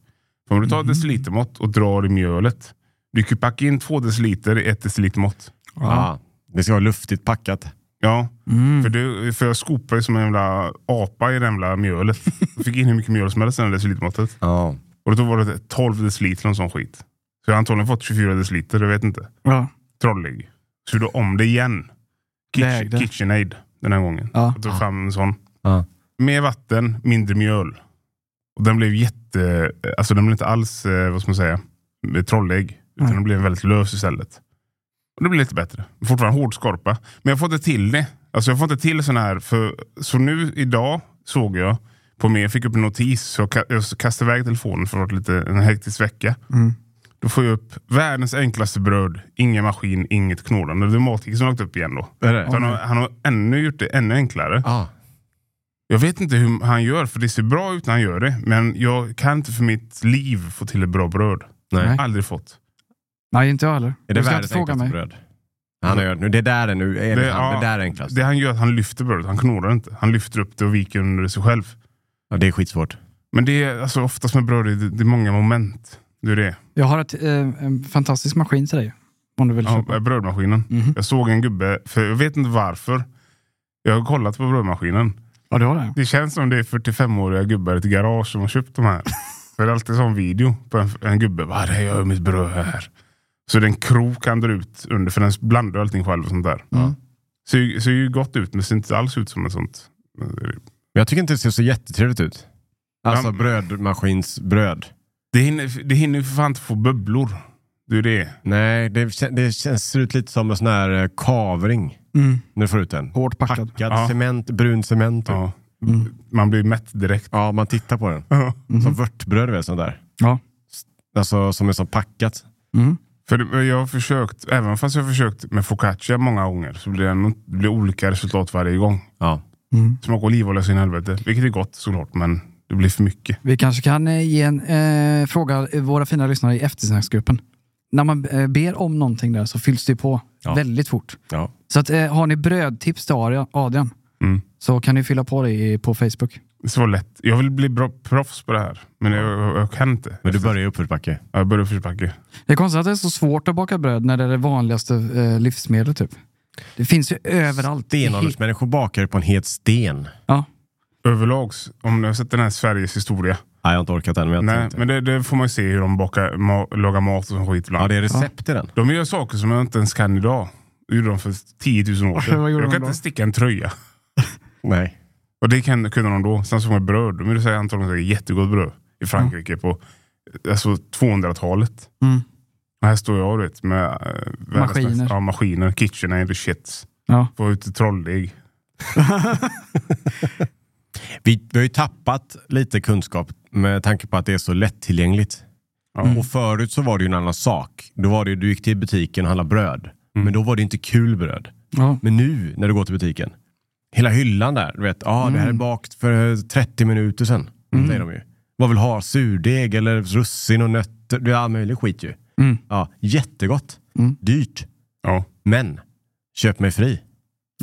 [SPEAKER 3] För om du tar ett decilitermått och drar i mjölet. Du kan ju packa in två deciliter i ett decilitermått.
[SPEAKER 1] Ja. Det ska vara luftigt packat.
[SPEAKER 3] Ja,
[SPEAKER 2] Mm.
[SPEAKER 3] för, du, för jag skopade ju som en jävla apa i det jävla mjölet. Jag fick in hur mycket mjöl som helst i det här decilitermåttet.
[SPEAKER 1] Ja.
[SPEAKER 3] Och då var det 12 deciliter eller någon sån skit. Så jag har antagligen fått 24 deciliter, jag vet inte.
[SPEAKER 2] Ja.
[SPEAKER 3] trollig. Så gjorde jag om det igen.
[SPEAKER 2] Vägde.
[SPEAKER 3] Kitchen, KitchenAid den här gången.
[SPEAKER 2] Ja.
[SPEAKER 3] Jag tog fram en sån.
[SPEAKER 1] Ja.
[SPEAKER 3] Mer vatten, mindre mjöl. Och den blev jätte... Alltså den blev inte alls, eh, vad ska man säga, trollig. Utan
[SPEAKER 2] Nej.
[SPEAKER 3] den blev väldigt lös istället. Och det blev lite bättre. Fortfarande hård skorpa. Men jag får inte till det. Alltså jag får inte till sån här. För, så nu idag såg jag på mig, jag fick upp en notis. Så jag ka- jag kastade iväg telefonen för att det var lite en hektisk vecka.
[SPEAKER 2] Mm.
[SPEAKER 3] Då får jag upp världens enklaste bröd, ingen maskin, inget knådande. Det är Mathild som har lagt upp igen då.
[SPEAKER 1] Är det?
[SPEAKER 3] Så han, har, han har ännu gjort det ännu enklare.
[SPEAKER 1] Ja.
[SPEAKER 3] Jag vet inte hur han gör, för det ser bra ut när han gör det. Men jag kan inte för mitt liv få till ett bra bröd.
[SPEAKER 1] Nej.
[SPEAKER 3] Aldrig fått.
[SPEAKER 2] Nej, inte jag heller.
[SPEAKER 1] Är det
[SPEAKER 2] Du ska
[SPEAKER 1] världens
[SPEAKER 2] inte fråga
[SPEAKER 1] enklaste
[SPEAKER 2] mig.
[SPEAKER 1] bröd? Han har gjort nu. Det där är nu. Är det,
[SPEAKER 3] Det-
[SPEAKER 1] han,
[SPEAKER 3] ja.
[SPEAKER 1] det där är enklast.
[SPEAKER 3] Det han gör är att han lyfter brödet, han knådar inte. Han lyfter upp det och viker under sig själv.
[SPEAKER 1] Ja, det är skitsvårt.
[SPEAKER 3] Men det är alltså oftast med bröd, det, det är många moment. Det är det.
[SPEAKER 2] Jag har ett, eh, en fantastisk maskin till dig. Om du vill köpa.
[SPEAKER 3] Ja, brödmaskinen.
[SPEAKER 2] Mhm.
[SPEAKER 3] Jag såg en gubbe, för jag vet inte varför. Jag har kollat på brödmaskinen.
[SPEAKER 2] Ja, du har det?
[SPEAKER 3] Det känns som det är 45-åriga gubbar i ett garage som har köpt de här. För det är alltid sån video på en, en gubbe. Vad det gör mitt bröd här. Så den krok han drar ut under, för den blandar allting själv och sånt där.
[SPEAKER 2] Mm.
[SPEAKER 3] Ser, ju- ser ju gott ut, men ser inte alls ut som ett sånt.
[SPEAKER 1] Men jag tycker inte det ser så jättetrevligt ut. Alltså
[SPEAKER 3] Ja.
[SPEAKER 1] brödmaskinsbröd.
[SPEAKER 3] Det hinner, det hinner ju för fan inte få bubblor. Det är ju det.
[SPEAKER 1] Nej, det, kän- det känns, ser ut lite som en sån här eh, kavring.
[SPEAKER 2] Mm.
[SPEAKER 1] När du får ut den.
[SPEAKER 2] Hårt packad.
[SPEAKER 1] Packad
[SPEAKER 3] Ja.
[SPEAKER 1] cement, brun cement. Ja.
[SPEAKER 3] Ja. Typ. Man blir mätt direkt.
[SPEAKER 1] man tittar på den.
[SPEAKER 2] Mhm.
[SPEAKER 1] Som vörtbröd, du vet, sånt där.
[SPEAKER 2] Ja.
[SPEAKER 1] Alltså som är så packat.
[SPEAKER 2] Mm.
[SPEAKER 3] För det- jag har försökt, även fast jag har försökt med focaccia många gånger, så blir det, ändå- det blir olika resultat varje gång.
[SPEAKER 1] Ja.
[SPEAKER 2] Mm.
[SPEAKER 3] Smaka olivolja så in i helvete. Vilket är gott såklart, men det blir för mycket.
[SPEAKER 2] Vi kanske kan eh, ge en eh, fråga eh, våra fina lyssnare i eftersnacksgruppen. När man eh, ber om någonting där så fylls det ju på
[SPEAKER 1] Ja.
[SPEAKER 2] väldigt fort.
[SPEAKER 1] ja.
[SPEAKER 2] Så att, eh, har ni brödtips till Adrian, Adrian
[SPEAKER 3] Mm.
[SPEAKER 2] så kan ni fylla på det i- på Facebook.
[SPEAKER 3] Det var lätt. Jag vill bli bra proffs på det här. Men jag, jag, jag kan inte.
[SPEAKER 1] Men du börjar ju uppförsbacke.
[SPEAKER 3] Ja, Jag börjar i försöksbacke.
[SPEAKER 2] Det är konstigt att det är så svårt att baka bröd när det är det vanligaste eh, livsmedlet. Typ. Det finns ju överallt. i he-
[SPEAKER 1] Stenåldersmänniskor bakar ju på en het sten.
[SPEAKER 2] Ja.
[SPEAKER 3] Överlags, om ni har sett den här Sveriges historia.
[SPEAKER 1] Nej, jag har inte orkat än. Men jag
[SPEAKER 3] Nej,
[SPEAKER 1] tänkte.
[SPEAKER 3] men det, det får man ju se hur de bakar, ma- lagar mat och sån skit ibland.
[SPEAKER 1] Ja, det är recept i den.
[SPEAKER 3] De gör saker som jag inte ens kan idag. Det gjorde de för 10 000 år sedan.
[SPEAKER 2] Vad
[SPEAKER 3] Jag
[SPEAKER 2] gjorde
[SPEAKER 3] kan
[SPEAKER 2] de
[SPEAKER 3] inte
[SPEAKER 2] då?
[SPEAKER 3] sticka en tröja.
[SPEAKER 1] Nej.
[SPEAKER 3] Och det kan, kunde de då. Sen såg man bröd. De gjorde så här antagligen så här jättegott bröd i Frankrike på alltså 200-talet.
[SPEAKER 2] Mm.
[SPEAKER 3] Och här står jag du vet, med eh, världens
[SPEAKER 2] Maskiner.
[SPEAKER 3] bästa- Ja, maskiner. Kitchen, shit.
[SPEAKER 2] Ja.
[SPEAKER 3] Var ute trollig.
[SPEAKER 1] Vi, vi har ju tappat lite kunskap med tanke på att det är så lättillgängligt.
[SPEAKER 3] Ja.
[SPEAKER 2] Mm.
[SPEAKER 1] Och förut så var det ju en annan sak. Då var det ju, du gick till butiken och handlade bröd.
[SPEAKER 2] Mm.
[SPEAKER 1] Men då var det inte kul bröd.
[SPEAKER 2] Ja.
[SPEAKER 1] Men nu när du går till butiken, hela hyllan där, du vet, ah, det här är
[SPEAKER 2] Mm.
[SPEAKER 1] bakt för eh, 30 minuter sedan. Säger de ju. Vad vill ha? Surdeg eller russin och nötter? Det är all möjlig skit ju.
[SPEAKER 2] Mm.
[SPEAKER 1] Ja, jättegott.
[SPEAKER 2] Mm.
[SPEAKER 1] Dyrt.
[SPEAKER 3] Ja.
[SPEAKER 1] Men, köp mig fri.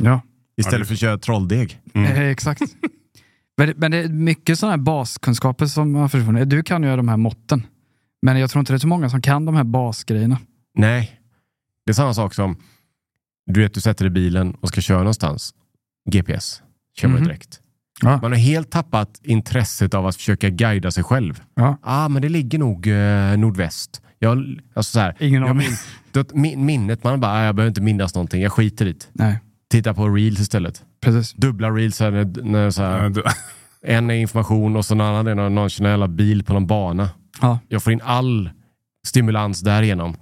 [SPEAKER 2] Ja.
[SPEAKER 1] Istället
[SPEAKER 3] det-
[SPEAKER 1] för att köra trolldeg.
[SPEAKER 3] Mm.
[SPEAKER 2] Eh, exakt. Men, det- men det är mycket sådana här baskunskaper som har försvunnit. Du kan ju de här måtten. Men jag tror inte det är så många som kan de här basgrejerna.
[SPEAKER 1] Nej, det är samma sak som du vet, du sätter i bilen och ska köra någonstans. GPS kör man
[SPEAKER 2] Mhm.
[SPEAKER 1] ju direkt.
[SPEAKER 2] Ja.
[SPEAKER 1] Man har helt tappat intresset av att försöka guida sig själv.
[SPEAKER 2] Ja.
[SPEAKER 1] Ah, men det ligger nog eh, nordväst. Jag, alltså så här,
[SPEAKER 2] Ingen
[SPEAKER 1] jag
[SPEAKER 2] aning.
[SPEAKER 1] min, du vet, min, minnet, man bara, ah, jag behöver inte minnas någonting. Jag skiter i det.
[SPEAKER 2] Nej,
[SPEAKER 1] Titta på reels istället.
[SPEAKER 2] precis.
[SPEAKER 1] Dubbla reels, här, när, när, så här,
[SPEAKER 2] Mm.
[SPEAKER 3] Ja, du-
[SPEAKER 1] en är information och så en annan är någon, någon sån här jävla bil på någon bana.
[SPEAKER 2] Ja.
[SPEAKER 1] Jag får in all stimulans därigenom.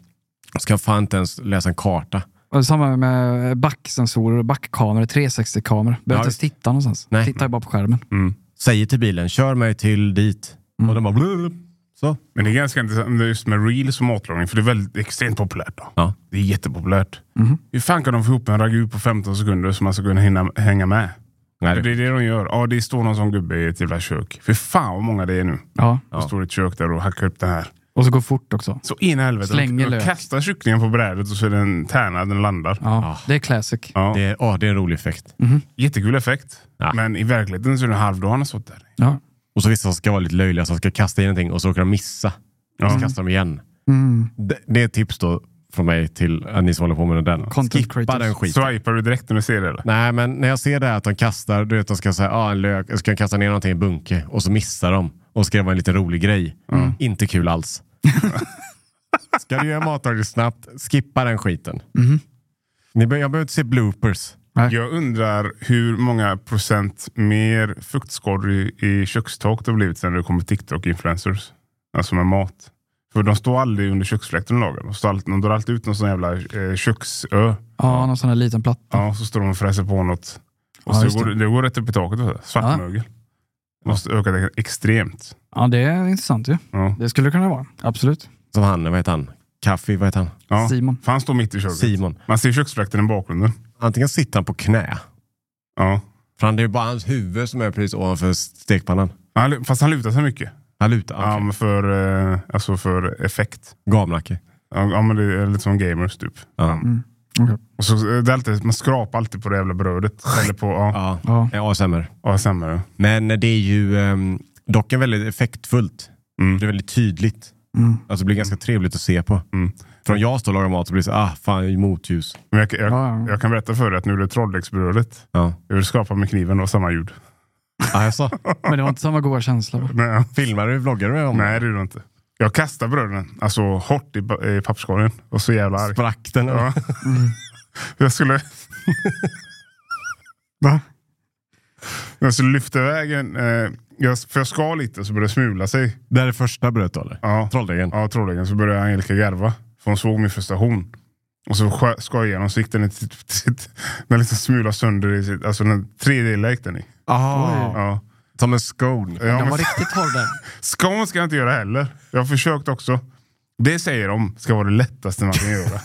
[SPEAKER 1] Jag ska fan inte ens läsa en karta.
[SPEAKER 2] Och samma med backsensorer och backkameror, 360-kameror. Behöver
[SPEAKER 1] Ja,
[SPEAKER 2] inte ens titta någonstans.
[SPEAKER 1] Nej.
[SPEAKER 2] Tittar ju bara på skärmen.
[SPEAKER 3] mm.
[SPEAKER 1] Säger till bilen, kör mig till dit. Och den bara... Blub, så.
[SPEAKER 3] Men det är ganska intressant just med reels och matlagning, för det är väldigt extremt populärt. Då.
[SPEAKER 1] Ja.
[SPEAKER 3] Det är jättepopulärt.
[SPEAKER 2] Mhm.
[SPEAKER 3] Hur fan kan de få ihop en raggu på 15 sekunder så man ska kunna hinna hänga med?
[SPEAKER 1] Nej,
[SPEAKER 3] För
[SPEAKER 1] det,
[SPEAKER 2] Typ.
[SPEAKER 3] det är det de gör. Ja, det står någon som gubbe i ett jävla kök. För fan vad många det är nu.
[SPEAKER 2] Ja.
[SPEAKER 1] Ja.
[SPEAKER 3] De står i ett kök där och hackar upp det här.
[SPEAKER 2] Och så går fort också.
[SPEAKER 3] Så in i helvete.
[SPEAKER 2] Slänger
[SPEAKER 3] de
[SPEAKER 2] lök.
[SPEAKER 3] kastar kycklingen på brädet och så är det en tärna, den landar.
[SPEAKER 2] Ja, det är classic.
[SPEAKER 3] Ja.
[SPEAKER 1] det, är, åh, det är en rolig effekt.
[SPEAKER 3] Jättekul effekt.
[SPEAKER 1] Ja.
[SPEAKER 3] Men i verkligheten så är det en halv dag han har stått där.
[SPEAKER 2] Ja.
[SPEAKER 1] Och så vissa som ska vara lite löjliga, som ska kasta in någonting och så råkar de missa. Och så kastar de igen.
[SPEAKER 2] Mm.
[SPEAKER 1] Det, det är ett tips då från mig till eh, ni som håller på med den.
[SPEAKER 2] Content
[SPEAKER 1] Skippa
[SPEAKER 2] creators.
[SPEAKER 1] den skiten.
[SPEAKER 3] Swipar du direkt när du ser det eller?
[SPEAKER 1] Nej, men när jag ser det här att de kastar, du vet, de ska säga ah, en lök, jag ska kasta ner någonting i en bunke och så missar de och ska det vara en liten rolig grej. Inte kul alls. ska du göra matlagning snabbt, skippa den skiten. Ni be- jag behöver inte se bloopers.
[SPEAKER 2] Nej.
[SPEAKER 3] Jag undrar hur många procent mer fuktskador i, i kökstak det har blivit sen det kommer TikTok-influencers. Alltså med mat. För de står aldrig under köksfläkten och lagar. De, står alltid, de drar alltid ut någon sån jävla eh, köksö.
[SPEAKER 2] Ja, någon sån här liten platta.
[SPEAKER 3] Ja, så står de och fräser på något. Och
[SPEAKER 2] Ja, just
[SPEAKER 3] så går, det. det går rätt upp i taket. och så. Svartmögel. Måste öka extremt.
[SPEAKER 2] Ja, det är intressant ju.
[SPEAKER 3] Ja.
[SPEAKER 2] Det skulle det kunna vara. Absolut.
[SPEAKER 1] Som han, vad heter han? Kaffi, vad heter han?
[SPEAKER 3] Ja.
[SPEAKER 2] Simon.
[SPEAKER 3] För han står mitt i köket.
[SPEAKER 1] Simon.
[SPEAKER 3] Man ser köksfläkten i bakgrunden.
[SPEAKER 1] Antingen sitter han på knä,
[SPEAKER 3] Ja.
[SPEAKER 1] för han, det är ju bara hans huvud som är precis ovanför stekpannan.
[SPEAKER 3] Han, fast han lutar sig mycket.
[SPEAKER 1] Han lutar.
[SPEAKER 3] Ja,
[SPEAKER 1] okej.
[SPEAKER 3] men för, eh, alltså för effekt.
[SPEAKER 1] Gamnacke.
[SPEAKER 3] Ja, ja, men det är lite som gamers typ.
[SPEAKER 1] Ja.
[SPEAKER 3] Och så, eh, det är alltid, man skrapar alltid på det jävla brödet. Eller på ja,
[SPEAKER 1] Ja.
[SPEAKER 2] Ja.
[SPEAKER 1] Ja, ASMR.
[SPEAKER 3] ASMR.
[SPEAKER 1] Men det är ju ehm, dock en väldigt effektfullt.
[SPEAKER 3] Mm.
[SPEAKER 1] Det är väldigt tydligt.
[SPEAKER 2] Mm.
[SPEAKER 1] Alltså det blir ganska trevligt att se på.
[SPEAKER 3] Mm.
[SPEAKER 1] Från jag står och lagar mat så blir det så ah fan motljus.
[SPEAKER 3] Men jag, jag,
[SPEAKER 2] Ja, ja.
[SPEAKER 3] jag kan berätta för dig att nu är det trolldäcksbrödet.
[SPEAKER 1] Ja.
[SPEAKER 3] Jag vill skrapa med kniven och samma ljud.
[SPEAKER 1] Ah, jag sa,
[SPEAKER 2] Men det var inte samma goda känsla. va?
[SPEAKER 3] Nej,
[SPEAKER 1] filmar du, vloggar du om
[SPEAKER 3] nej det är det inte. Jag kastar bröden, alltså hårt i, pa- i papperskorgen. Och så jävla arg.
[SPEAKER 1] sprack den?
[SPEAKER 3] Ja.
[SPEAKER 2] Mm.
[SPEAKER 3] Jag skulle...
[SPEAKER 2] Va?
[SPEAKER 3] Jag skulle lyfta iväg en... Eh, jag, för jag skar lite så började det smula sig.
[SPEAKER 1] Det här är första brödet då eller?
[SPEAKER 3] Ja.
[SPEAKER 1] Trolldegen?
[SPEAKER 3] Ja, troligen. Så började Angelica garva. För hon såg min frustration. Och så skö- skar jag igenom så gick den i sitt... sitt den liksom smulade sönder i sitt... Alltså den tredjedel gick den i.
[SPEAKER 1] Ah,
[SPEAKER 3] Ja.
[SPEAKER 1] som en scone.
[SPEAKER 3] Ja,
[SPEAKER 2] Den var
[SPEAKER 3] men,
[SPEAKER 2] riktigt torr där.
[SPEAKER 3] skon ska jag inte göra heller. Jag har försökt också. Det säger de ska vara det lättaste man kan göra.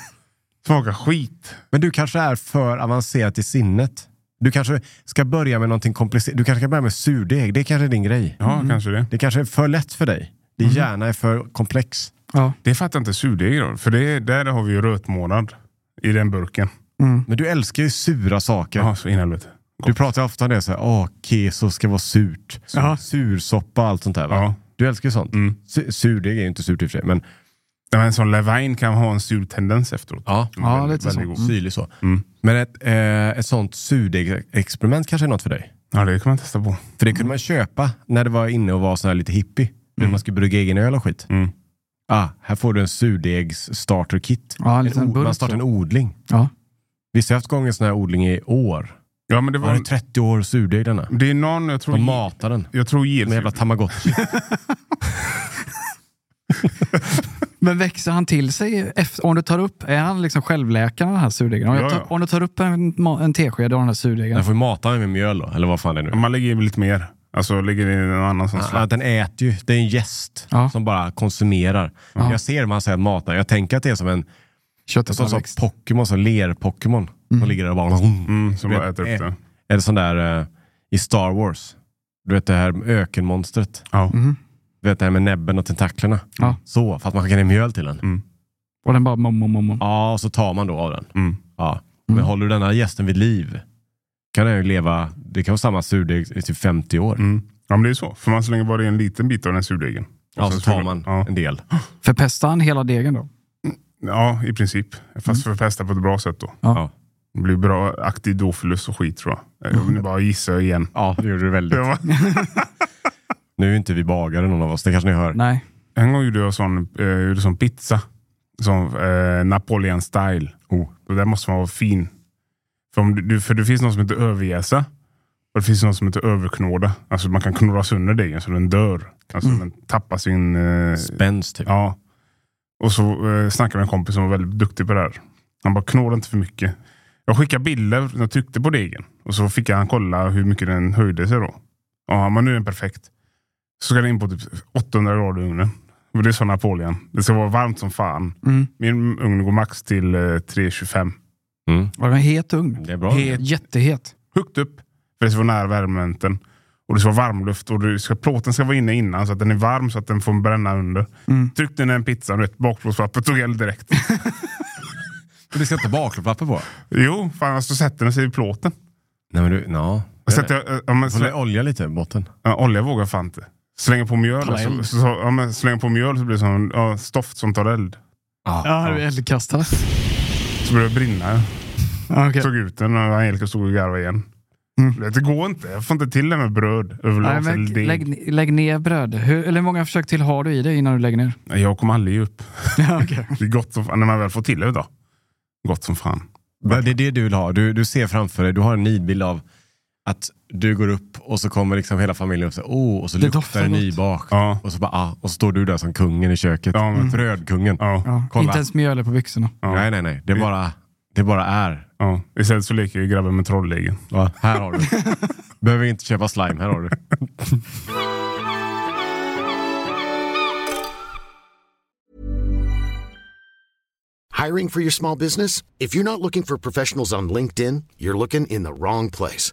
[SPEAKER 3] Smaka skit.
[SPEAKER 1] Men du kanske är för avancerad i sinnet. Du kanske ska börja med någonting komplicerat. Du kanske ska börja med surdeg. Det är kanske är din grej.
[SPEAKER 3] Ja, Mm. kanske det.
[SPEAKER 1] Det kanske är för lätt för dig. Din hjärna är för komplex.
[SPEAKER 2] Ja.
[SPEAKER 3] Det fattar inte surdeg då. För det, där har vi ju rötmånad. I den burken.
[SPEAKER 1] Men du älskar ju sura saker.
[SPEAKER 3] Mm. Ja, så in i helvete.
[SPEAKER 1] Du pratar ju ofta om det, så här, åh, keso ska vara surt. Sur,
[SPEAKER 2] Ja.
[SPEAKER 1] Sursoppa och allt sånt där. Va?
[SPEAKER 3] Ja. Mm.
[SPEAKER 1] Du älskar ju sånt. Su- Surdeg är ju inte surt i och för sig, men
[SPEAKER 3] Nej, men En sån Levine kan ha en sur tendens efterat.
[SPEAKER 1] ja.
[SPEAKER 2] Ja, lite så.
[SPEAKER 3] god.
[SPEAKER 1] syrlig så. Men ett, eh, ett sånt surdeg-experiment kanske är något för dig?
[SPEAKER 3] Ja, det kan man testa på.
[SPEAKER 1] För det kunde man köpa när det var inne och var sån här lite hippie. När man skulle brygga egen öl och skit.
[SPEAKER 3] Mm.
[SPEAKER 1] Ah, här får du en surdegs starter kit.
[SPEAKER 2] Ja, en liten
[SPEAKER 1] o- man
[SPEAKER 2] burk,
[SPEAKER 1] startar
[SPEAKER 2] ja.
[SPEAKER 1] en odling.
[SPEAKER 2] Ja.
[SPEAKER 1] Vissa har haft igång en sån här odling i år.
[SPEAKER 3] Ja, Mm. men det
[SPEAKER 1] Man
[SPEAKER 3] var...
[SPEAKER 1] har ju 30 år surdeg denna.
[SPEAKER 3] Det är någon, jag tror...
[SPEAKER 1] De matar den
[SPEAKER 3] Jag tror
[SPEAKER 1] med
[SPEAKER 3] Gils...
[SPEAKER 1] jävla tamagotchi.
[SPEAKER 2] Men växer han till sig efter, om du tar upp, är han liksom självläkaren den här surdegen? Om, jag
[SPEAKER 3] Ja,
[SPEAKER 2] tar,
[SPEAKER 3] ja.
[SPEAKER 2] om du tar upp en, ma- en tesked av den här surdegen.
[SPEAKER 1] Den får ju mata den med mjöl då, eller vad fan det är nu
[SPEAKER 3] Man lägger i lite mer. Alltså lägger i någon annan sån
[SPEAKER 1] Ja,
[SPEAKER 3] sladd.
[SPEAKER 1] den äter ju. Det är en gäst
[SPEAKER 2] Ja.
[SPEAKER 1] som bara konsumerar. Jag ser man säger matar. Jag tänker att det är som en
[SPEAKER 2] Köttet
[SPEAKER 1] sån
[SPEAKER 2] har
[SPEAKER 1] som
[SPEAKER 2] växt.
[SPEAKER 1] Pokémon, som ler-Pokémon. Som ligger där och bara...
[SPEAKER 3] Mm, som
[SPEAKER 1] Du
[SPEAKER 3] bara
[SPEAKER 1] vet,
[SPEAKER 3] äter upp
[SPEAKER 1] eh,
[SPEAKER 3] det.
[SPEAKER 1] Eller sån där eh, i Star Wars. Du vet det här ökenmonstret.
[SPEAKER 3] Ja.
[SPEAKER 1] Du vet det här med näbben och tentaklerna.
[SPEAKER 2] Ja.
[SPEAKER 1] Så, för att man kan ge mjöl till den.
[SPEAKER 2] Och den bara mom, mom, mom. mom.
[SPEAKER 1] Ja, och så tar man då av den.
[SPEAKER 3] Mm.
[SPEAKER 1] Ja. Men håller du denna gästen vid liv kan den ju leva, det kan vara samma surdeg i typ 50 år.
[SPEAKER 3] Mm. Ja, men det är så. För man slänger bara i en liten bit av den surdegen. Och
[SPEAKER 1] Ja,
[SPEAKER 3] sen
[SPEAKER 1] så tar man
[SPEAKER 3] Ja,
[SPEAKER 1] en del.
[SPEAKER 2] Förpestar han hela degen då?
[SPEAKER 3] ja i princip.
[SPEAKER 1] Mm.
[SPEAKER 3] Fast förpesta på ett bra sätt då.
[SPEAKER 1] Ja.
[SPEAKER 3] Det blir bra aktiv dofilus och skit tror jag. Jag vill bara gissa igen.
[SPEAKER 1] Ja, det gjorde du väldigt.
[SPEAKER 3] Det var,
[SPEAKER 1] Nu är inte vi bagare någon av oss, det kanske ni hör.
[SPEAKER 2] Nej.
[SPEAKER 3] en gång gjorde jag sån, eh, gjorde sån pizza. Sån eh, Napoleon style.
[SPEAKER 1] Oh.
[SPEAKER 3] Och där måste man vara fin. För, om du- du, för det finns något som heter överjäsa. Och det finns något som heter överknåda. Alltså man kan knåda sönder degen så den dör. Alltså
[SPEAKER 1] Mm.
[SPEAKER 3] den tappar sin... Eh,
[SPEAKER 1] Spänst typ.
[SPEAKER 3] Ja. Och så eh, snackade jag med en kompis som var väldigt duktig på det här. Han bara, knåla inte för mycket. Jag skickade bilder när jag tryckte på degen. Och så fick han kolla hur mycket den höjde sig då. Ja, men nu är den perfekt. Så ska den in på typ 800 grader i ugnen. Och Det är sån Napoleon. Det ska vara varmt som fan.
[SPEAKER 2] Mm.
[SPEAKER 3] Min ugn går max till eh, 325.
[SPEAKER 1] Mm.
[SPEAKER 2] Var det en het ugn?
[SPEAKER 1] Det är bra.
[SPEAKER 3] Helt
[SPEAKER 2] Jättehet.
[SPEAKER 3] högt upp. För det ska vara nära värmemomenten. Och det ska vara varmluft. Och det ska, plåten ska vara inne innan så att den är varm så att den får bränna under.
[SPEAKER 2] Mm.
[SPEAKER 3] Tryckte ner en pizza, du vet, bakplåtspapper tog eld direkt.
[SPEAKER 1] Men det ska inte bakpapper på?
[SPEAKER 3] Jo, fan alltså sätter den sig i plåten.
[SPEAKER 1] Nej men du, ja.
[SPEAKER 3] Sätter, jag- eh, ja,
[SPEAKER 1] Håller
[SPEAKER 3] men, slä,
[SPEAKER 1] olja lite i botten.
[SPEAKER 3] ja, olja vågar jag fan inte. Slänger på mjöl,
[SPEAKER 2] Tar
[SPEAKER 3] så,
[SPEAKER 2] eld.
[SPEAKER 3] så, ja, men, slänger på mjöl så blir det som ja, stoft som tar eld.
[SPEAKER 2] Ja, det är eldkastare.
[SPEAKER 3] Så börjar det brinna.
[SPEAKER 2] Okay.
[SPEAKER 3] Tog ut den och Angelica stod och garvade igen.
[SPEAKER 2] Mm.
[SPEAKER 3] Det går inte. Jag får inte till det med bröd överlag.
[SPEAKER 2] Nej,
[SPEAKER 3] så
[SPEAKER 2] men
[SPEAKER 3] det-
[SPEAKER 2] lägg, lägg ner bröd. Hur, eller hur många försök till har du i dig innan du lägger ner?
[SPEAKER 3] Nej, Jag kommer aldrig ge upp.
[SPEAKER 2] Ja, okej.
[SPEAKER 3] Det är gott som fan. När man väl får till det då. Gott som fan.
[SPEAKER 1] Men Det är det du vill ha. Du, du ser framför dig, du har en nidbild av att du går upp och så kommer liksom hela familjen och säger åh, och så
[SPEAKER 2] Det
[SPEAKER 1] luktar
[SPEAKER 2] doftar
[SPEAKER 1] det
[SPEAKER 2] gott.
[SPEAKER 1] nybakt.
[SPEAKER 3] Ja.
[SPEAKER 1] Och så bara ah, och så står du där som kungen i köket.
[SPEAKER 3] Ja, men-
[SPEAKER 1] Brödkungen.
[SPEAKER 3] Ja. Ja.
[SPEAKER 2] ja.
[SPEAKER 1] Kolla.
[SPEAKER 2] Inte ens mjöl är på byxorna.
[SPEAKER 1] Nej, nej, nej. Det bara, det bara är.
[SPEAKER 3] Istället så leker ju grabben med trolldegen.
[SPEAKER 1] Va? Här har du. Behöver inte köpa slime, här har du.
[SPEAKER 7] Hiring for your small business? If you're not looking for professionals on LinkedIn, you're looking in the wrong place.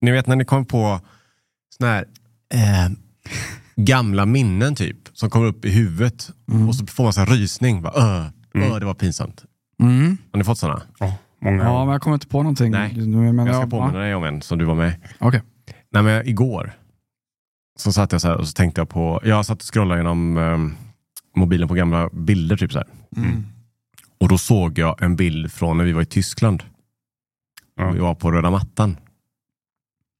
[SPEAKER 1] Ni vet när ni kommer på såna här eh, gamla minnen typ, som kommer upp i huvudet
[SPEAKER 3] Mm.
[SPEAKER 1] och så får man så här rysning. Bara, öh, öh, det var pinsamt.
[SPEAKER 2] Mm.
[SPEAKER 1] Har ni fått sådana?
[SPEAKER 3] Ja, många.
[SPEAKER 2] Ja, men jag kommer inte på någonting.
[SPEAKER 1] Nej.
[SPEAKER 2] just nu, men
[SPEAKER 1] Jag
[SPEAKER 2] ja,
[SPEAKER 1] ska påminna dig om en som du var med
[SPEAKER 2] ja. Okej.
[SPEAKER 1] Nej, men igår så satt jag så här och så tänkte jag på, jag satt och scrollade genom eh, mobilen på gamla bilder typ så här.
[SPEAKER 3] Mm.
[SPEAKER 1] Och då såg jag en bild från när vi var i Tyskland.
[SPEAKER 3] Ja.
[SPEAKER 1] Vi var på röda mattan.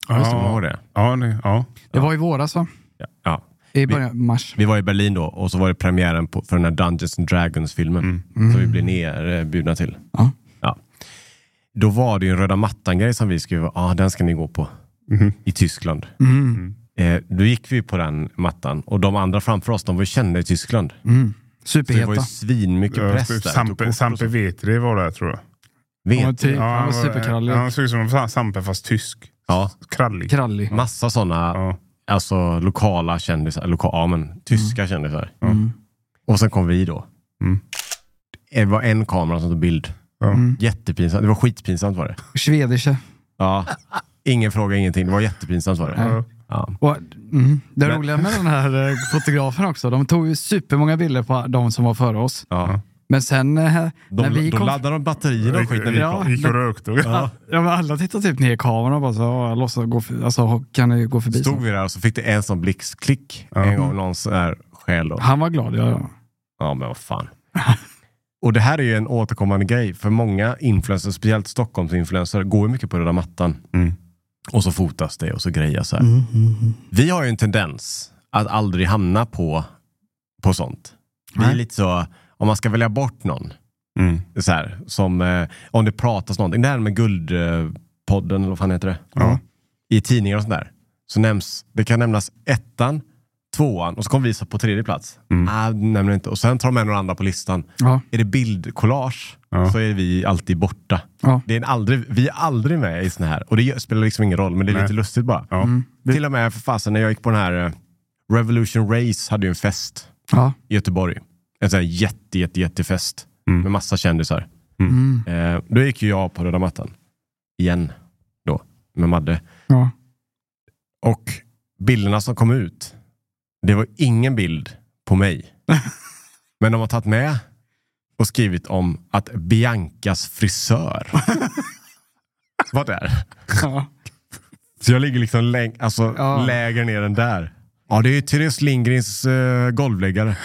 [SPEAKER 3] Ja,
[SPEAKER 1] Kommer du
[SPEAKER 3] ja,
[SPEAKER 1] ihåg det?
[SPEAKER 3] ja, det- ja.
[SPEAKER 2] Det var i våras va?
[SPEAKER 1] Ja. ja.
[SPEAKER 2] I början av mars.
[SPEAKER 1] Vi var i Berlin då och så var det premiären på, för den här Dungeons and Dragons-filmen
[SPEAKER 3] Mm.
[SPEAKER 1] som vi blev nerbjudna till.
[SPEAKER 2] Ja.
[SPEAKER 1] Ja. Då var det ju en röda mattan-grej som vi skulle, ja ah, den ska ni gå på i Tyskland.
[SPEAKER 3] Mm.
[SPEAKER 1] Eh, då gick vi på den mattan och de andra framför oss, de var ju kända i Tyskland. Så det var ju
[SPEAKER 2] Superheta.
[SPEAKER 1] svinmycket
[SPEAKER 3] Ja,
[SPEAKER 1] press
[SPEAKER 3] typ
[SPEAKER 1] där. Tog kort
[SPEAKER 3] Sampe,
[SPEAKER 1] och
[SPEAKER 3] Sampe
[SPEAKER 1] så.
[SPEAKER 3] Vetri var det tror jag.
[SPEAKER 2] Han var,
[SPEAKER 1] Vet,
[SPEAKER 2] typ, han var
[SPEAKER 3] var-
[SPEAKER 2] superkrallig.
[SPEAKER 3] Han såg ut som en fa- Sampe fast tysk.
[SPEAKER 1] ja,
[SPEAKER 3] Krallig.
[SPEAKER 2] Krallig.
[SPEAKER 1] massa sådana
[SPEAKER 3] Ja.
[SPEAKER 1] alltså, lokala kändisar, loka, ja, men, tyska kändisar. Och sen kom vi då.
[SPEAKER 3] Mm.
[SPEAKER 1] Det var en kamera som tog bild.
[SPEAKER 3] Ja.
[SPEAKER 1] Mm. Jättepinsamt. Det var skitpinsamt var det.
[SPEAKER 2] Schwedische.
[SPEAKER 1] Ja. Ingen fråga, ingenting. Det var jättepinsamt var det.
[SPEAKER 2] Ja.
[SPEAKER 1] Ja.
[SPEAKER 2] Och, mm, det
[SPEAKER 1] Men-
[SPEAKER 2] roliga med den här eh, fotografen också, de tog ju supermånga bilder på de som var före oss.
[SPEAKER 1] Ja.
[SPEAKER 2] Men sen eh,
[SPEAKER 1] De,
[SPEAKER 2] när vi
[SPEAKER 1] då
[SPEAKER 2] kom...
[SPEAKER 1] laddade de batterierna och skit när vi
[SPEAKER 2] Ja.
[SPEAKER 1] kom.
[SPEAKER 3] Gick och rökte. Ja.
[SPEAKER 2] Ja, men alla tittade typ ner i kameran och bara så, "Ja, jag låtsas gå för, alltså, kan ni gå förbi?
[SPEAKER 1] Stod
[SPEAKER 2] Stod...
[SPEAKER 1] vi där och så fick det en sån blixtklick en gång. Någon sån här själ då.
[SPEAKER 2] Han var glad, ja. ja.
[SPEAKER 1] Ja, men vad fan. Och det här är ju en återkommande grej, för många influencers, speciellt Stockholms influencers, går ju mycket på röda mattan. Och så fotas det och så grejas så här.
[SPEAKER 2] Mm,
[SPEAKER 1] Vi har ju en tendens att aldrig hamna på, på sånt. Vi är
[SPEAKER 2] Nej.
[SPEAKER 1] lite så, om man ska välja bort någon,
[SPEAKER 3] Mm.
[SPEAKER 1] så här, som eh, om det pratas någonting. Det här med Guldpodden, eller vad fan heter det?
[SPEAKER 3] Ja.
[SPEAKER 1] I tidningar och sånt där. Så nämns, det kan nämnas ettan, tvåan och så kommer vi så på tredje plats.
[SPEAKER 3] Mm.
[SPEAKER 1] Ah, nämner inte. Och sen tar de med några andra på listan.
[SPEAKER 2] Ja.
[SPEAKER 1] Är det bildkollage
[SPEAKER 3] Ja.
[SPEAKER 1] så är vi alltid borta.
[SPEAKER 2] Ja.
[SPEAKER 1] Det är en aldrig, vi är aldrig med i såna här. Och det gör- spelar liksom ingen roll, men det är
[SPEAKER 3] Nej.
[SPEAKER 1] lite lustigt bara.
[SPEAKER 3] Ja.
[SPEAKER 1] Till och med för fasen, när jag gick på den här eh, Revolution Race hade ju en fest
[SPEAKER 2] Ja.
[SPEAKER 1] i Göteborg. En sån här jätte, jätte, jättefest
[SPEAKER 3] Mm.
[SPEAKER 1] med massa kändisar.
[SPEAKER 2] Mm.
[SPEAKER 1] Eh, då gick ju jag på röda mattan. Igen. Då. Med Madde.
[SPEAKER 2] Ja.
[SPEAKER 1] Och bilderna som kom ut. Det var ingen bild på mig. Men de har tagit med och skrivit om att Biancas frisör var där.
[SPEAKER 2] Ja.
[SPEAKER 1] Så jag ligger liksom läng- alltså,
[SPEAKER 2] Ja.
[SPEAKER 1] lägre ner än där. Ja, det är ju Therese Lindgrens eh, golvläggare.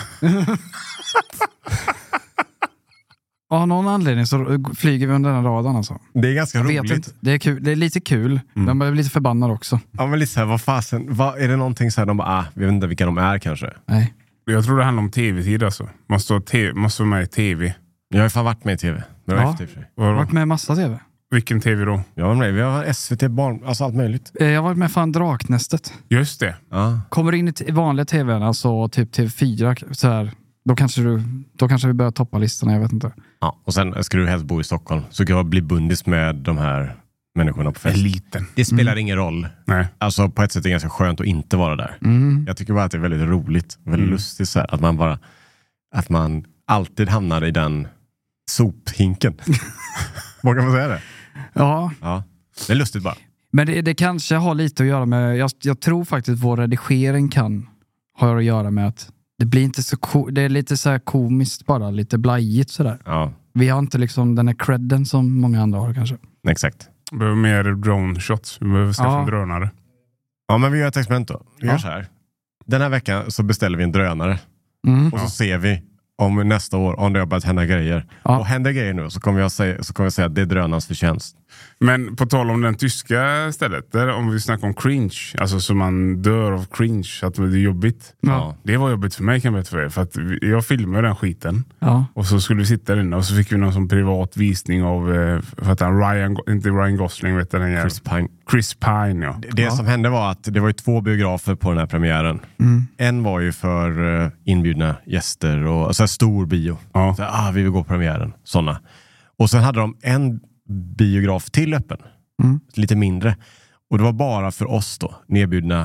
[SPEAKER 2] Av någon anledning så flyger vi under den radarn alltså.
[SPEAKER 1] Det är ganska
[SPEAKER 2] Vet
[SPEAKER 1] roligt. Mm.
[SPEAKER 2] inte. Det är, kul. det är lite kul, men man blir lite förbannad också.
[SPEAKER 1] Ja, men lite så här, vad fasen, vad, är det någonting så här de bara, ah, vi vet inte vilka de är kanske.
[SPEAKER 2] Nej.
[SPEAKER 3] Jag tror det handlar om tv-tid alltså. Måste vara, te- måste vara med i tv.
[SPEAKER 1] Jag har ju fan varit med i tv. Men det var
[SPEAKER 2] Ja.
[SPEAKER 1] efter i och för sig.
[SPEAKER 2] Jag har
[SPEAKER 3] Vadå?
[SPEAKER 2] varit med i massa tv.
[SPEAKER 3] Vilken tv då?
[SPEAKER 1] Jag var med, vi har SVT, barn, alltså allt möjligt.
[SPEAKER 2] Eh, Jag har varit med fan Draknästet.
[SPEAKER 3] Just det.
[SPEAKER 1] Ja.
[SPEAKER 2] Kommer du in i t- vanliga tvn, alltså typ TV4, så här, då, kanske du, då kanske vi börjar toppa listorna, jag vet inte.
[SPEAKER 1] Ja, och sen ska du helst bo i Stockholm, så kan jag bli bundis med de här människorna på fest.
[SPEAKER 3] Eliten.
[SPEAKER 1] Det spelar ingen roll. Mm.
[SPEAKER 3] Nej.
[SPEAKER 1] Alltså på ett sätt är det ganska skönt att inte vara där. Jag tycker bara att det är väldigt roligt, väldigt lustigt så här, att man bara, att man alltid hamnar i den sophinken. Vågar man säga det?
[SPEAKER 2] Ja,
[SPEAKER 1] Ja. Det är lustigt bara.
[SPEAKER 2] men det, det kanske har lite att göra med, jag, jag tror faktiskt vår redigering kan ha att göra med att det blir inte så ko- det är lite så här komiskt bara, lite blajigt sådär.
[SPEAKER 1] Ja,
[SPEAKER 2] Vi har inte liksom den här credden som många andra har kanske.
[SPEAKER 1] exakt.
[SPEAKER 3] Vi behöver mer drone shots. Vi behöver skaffa
[SPEAKER 2] Ja.
[SPEAKER 3] en drönare.
[SPEAKER 1] Ja, men vi gör ett experiment då. Vi gör
[SPEAKER 2] Ja.
[SPEAKER 1] så här. Den här veckan så beställer vi en drönare
[SPEAKER 2] Mm.
[SPEAKER 1] och så ser vi om nästa år, om det har börjat hända grejer.
[SPEAKER 2] Ja.
[SPEAKER 1] Och händer grejer nu så kommer jag säga, så kommer jag säga att det är drönarens förtjänst.
[SPEAKER 3] Men på tal om den tyska stället, där om vi snackar om cringe, alltså så man dör av cringe, att det är jobbigt.
[SPEAKER 1] Ja.
[SPEAKER 3] Det var jobbigt för mig kan jag berätta för er, för att vi- jag filmade den skiten.
[SPEAKER 2] Ja.
[SPEAKER 3] Och så skulle vi sitta där inne och så fick vi någon sån privat visning av, eh, vad heter han, Ryan, Go- inte Ryan Gosling, vet du den jäveln?
[SPEAKER 1] Chris Pine.
[SPEAKER 3] Chris Pine ja.
[SPEAKER 1] Det som hände var att det var ju två biografer på den här premiären.
[SPEAKER 2] Mm.
[SPEAKER 1] En var ju för eh, inbjudna gäster och så här stor bio.
[SPEAKER 3] Ja.
[SPEAKER 1] Så här, ah, vi vill gå på premiären. Sådana. Och sen hade de en biograf till öppen.
[SPEAKER 2] Mm.
[SPEAKER 1] Lite mindre. Och det var bara för oss då, nedbjudna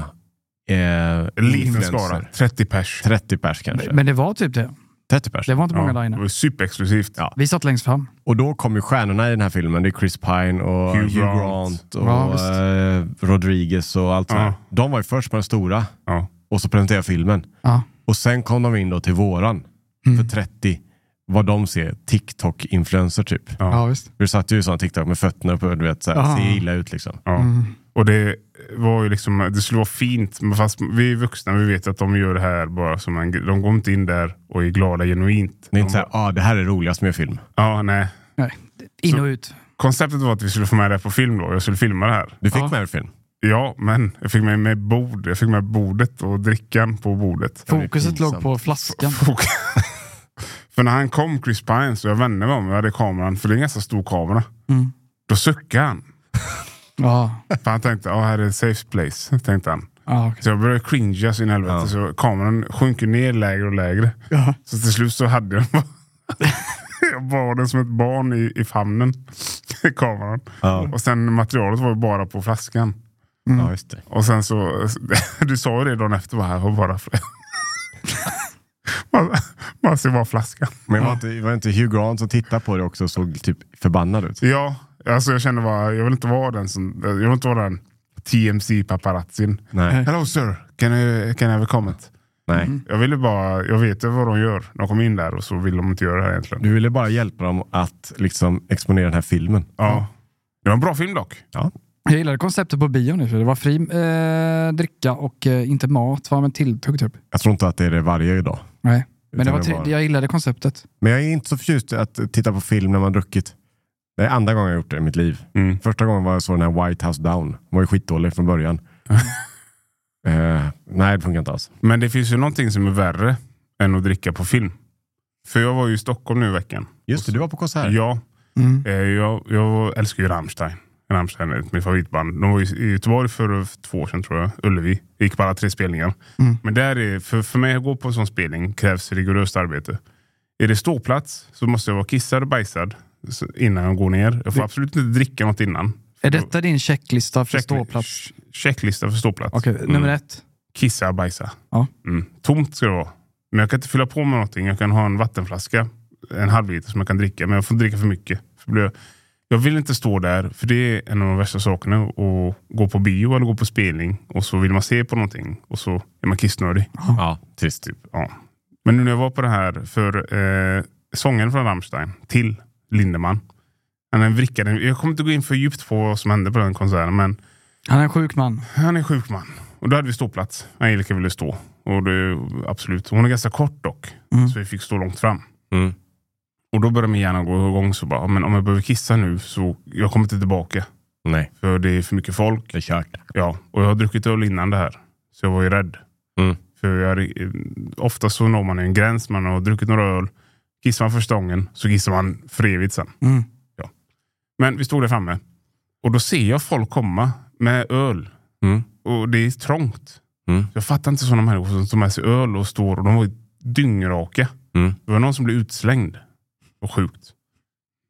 [SPEAKER 1] eh,
[SPEAKER 3] Liten
[SPEAKER 1] influencers.
[SPEAKER 3] skara, 30 pers.
[SPEAKER 1] 30 pers kanske.
[SPEAKER 2] Men det var typ det.
[SPEAKER 1] 30 pers.
[SPEAKER 2] Det var inte många
[SPEAKER 3] Ja,
[SPEAKER 2] där
[SPEAKER 3] det
[SPEAKER 2] inne.
[SPEAKER 3] var superexklusivt.
[SPEAKER 1] Ja.
[SPEAKER 2] Vi satt längst fram.
[SPEAKER 1] Och då kom ju stjärnorna i den här filmen. Det är Chris Pine och
[SPEAKER 3] Hugh
[SPEAKER 1] Hugh,
[SPEAKER 3] Grant.
[SPEAKER 1] Grant och
[SPEAKER 2] Ja, visst.
[SPEAKER 1] eh, Rodriguez och allt
[SPEAKER 3] Ja.
[SPEAKER 1] det här. De var ju först på den stora
[SPEAKER 3] Ja.
[SPEAKER 1] och så presenterade filmen.
[SPEAKER 2] Ja. Mm.
[SPEAKER 1] Och sen kom de in då till våran för 30, vad de ser, TikTok-influencer typ.
[SPEAKER 3] Ja.
[SPEAKER 2] Ja, visst.
[SPEAKER 1] Du satt ju i sån TikTok med fötterna uppe, du vet, så här,
[SPEAKER 2] Ja.
[SPEAKER 1] ser illa ut liksom.
[SPEAKER 3] Ja. Och det var ju liksom, det skulle vara fint, men fast vi är vuxna, vi vet att de gör det här bara som en gre- De går inte in där och är glada genuint.
[SPEAKER 1] Det är inte
[SPEAKER 3] de,
[SPEAKER 1] så här, ah, det här är roligast med film.
[SPEAKER 3] Ja, nej.
[SPEAKER 2] Nej. In och ut.
[SPEAKER 3] Konceptet var att vi skulle få med det här på film då. Jag skulle filma det här.
[SPEAKER 1] Du fick
[SPEAKER 2] Ja.
[SPEAKER 1] med en film.
[SPEAKER 3] Ja, men jag fick med, med bord. Jag fick med bordet och drickan på bordet.
[SPEAKER 1] det är
[SPEAKER 2] Fokuset låg
[SPEAKER 1] pinsamt.
[SPEAKER 2] på flaskan.
[SPEAKER 3] Och- för när han kom, Chris Pine, så jag vände mig om och hade kameran, för det är en ganska stor kamera.
[SPEAKER 1] Mm.
[SPEAKER 3] Då suckade han.
[SPEAKER 2] Ja.
[SPEAKER 3] För han tänkte, ja här är ett safe place, tänkte han.
[SPEAKER 2] Ja, okej.
[SPEAKER 3] Så jag började cringea så in i helvete,
[SPEAKER 1] Ja.
[SPEAKER 3] så kameran sjunker ner lägre och lägre.
[SPEAKER 2] Ja.
[SPEAKER 3] Så till slut så hade jag den Jag bar den som ett barn i, i famnen. I kameran.
[SPEAKER 1] Ja.
[SPEAKER 3] Och sen materialet var ju bara på flaskan. Mm.
[SPEAKER 1] Ja, just det.
[SPEAKER 3] Och sen så, du sa ju det dagen efter, bara, här var bara fl- man, man ser bara flaskan.
[SPEAKER 1] Men var inte, var inte Hugh Grant som tittade på det också och såg typ förbannad ut?
[SPEAKER 3] Ja, alltså jag känner bara, jag vill inte vara den som, jag vill inte vara den TMC paparazzin.
[SPEAKER 1] Nej.
[SPEAKER 3] Hello sir, can I, can I have a comment? Mm.
[SPEAKER 1] Nej.
[SPEAKER 3] Jag ville bara, jag vet ju vad de gör. De kom in där och så vill de inte göra det här egentligen.
[SPEAKER 1] Du ville bara hjälpa dem att liksom exponera den här filmen.
[SPEAKER 3] Ja. Det var en bra film dock.
[SPEAKER 1] Ja.
[SPEAKER 2] Jag gillade konceptet på bio nu. för Det var fri eh, dricka och eh, inte mat, va? men tilltugg typ.
[SPEAKER 1] Jag tror inte att det är det varje dag.
[SPEAKER 2] Nej. Men
[SPEAKER 1] Utan
[SPEAKER 2] det var
[SPEAKER 1] det
[SPEAKER 2] tre-
[SPEAKER 1] var-
[SPEAKER 2] jag gillade konceptet.
[SPEAKER 1] Men jag är inte så förtjust i att titta på film när man har druckit. Det är andra gången jag gjort det i mitt liv.
[SPEAKER 3] Mm.
[SPEAKER 1] Första gången var jag så den här White House Down. Den var ju skitdålig från början. eh, nej, det funkar inte alls.
[SPEAKER 3] Men det finns ju någonting som är värre än att dricka på film. För jag var ju i Stockholm nu i veckan.
[SPEAKER 1] Just det, du var på konsert.
[SPEAKER 3] Ja,
[SPEAKER 2] Mm.
[SPEAKER 3] eh, jag, jag älskar ju Rammstein. Rammstein är mitt favoritband. De var ju i Göteborg för två år sedan tror jag, Ullevi. Jag gick på alla tre spelningar.
[SPEAKER 2] Mm.
[SPEAKER 3] Men där är, för, för mig att gå på en sån spelning krävs rigoröst arbete. Är det ståplats så måste jag vara kissad och bajsad så- innan jag går ner. Jag får absolut inte dricka något innan.
[SPEAKER 2] Är detta din checklista för
[SPEAKER 3] Checkli-
[SPEAKER 2] ståplats?
[SPEAKER 3] ch- Checklista för ståplats.
[SPEAKER 2] Okej, nummer ett.
[SPEAKER 3] Kissa och bajsa.
[SPEAKER 2] Ja.
[SPEAKER 3] Mm. Tomt ska det vara. Men jag kan inte fylla på med någonting. Jag kan ha en vattenflaska, en halvliter som jag kan dricka. Men jag får inte dricka för mycket. För blir jag, jag vill inte stå där, för det är en av de värsta sakerna. Att gå på bio eller gå på spelning och så vill man se på någonting och så är man kissnödig.
[SPEAKER 1] Ja, trist.
[SPEAKER 3] Typ. Ja. Men nu när jag var på det här för eh, sången från Rammstein till Lindemann. Han vrickade, jag kommer inte gå in för djupt på vad som hände på den konserten, men
[SPEAKER 2] Han är en sjuk man.
[SPEAKER 3] han är sjuk man. Och då hade vi ståplats. Angelica ville stå. Och det, absolut. Hon är ganska kort dock.
[SPEAKER 2] Mm.
[SPEAKER 3] Så vi fick stå långt fram.
[SPEAKER 1] Mm.
[SPEAKER 3] Och då började min hjärna gå igång. Så bara, "Ja, men om jag behöver kissa nu så jag kommer inte tillbaka.
[SPEAKER 1] Nej,
[SPEAKER 3] För det är för mycket folk.
[SPEAKER 1] det är kört.
[SPEAKER 3] Ja, och jag har druckit öl innan det här. Så jag var ju rädd.
[SPEAKER 1] Mm.
[SPEAKER 3] För jag, ofta så når man en gräns. Man har druckit några öl. Kissar man första gången så kissar man för evigt sen.
[SPEAKER 2] Mm.
[SPEAKER 3] Men vi stod där framme. Och då ser jag folk komma med öl.
[SPEAKER 1] Mm.
[SPEAKER 3] Och det är trångt.
[SPEAKER 1] Mm.
[SPEAKER 3] Jag fattar inte sådana människor som tar med sig öl och står och de var ju dyngraka.
[SPEAKER 1] Mm.
[SPEAKER 3] Det var någon som blev utslängd. Och sjukt.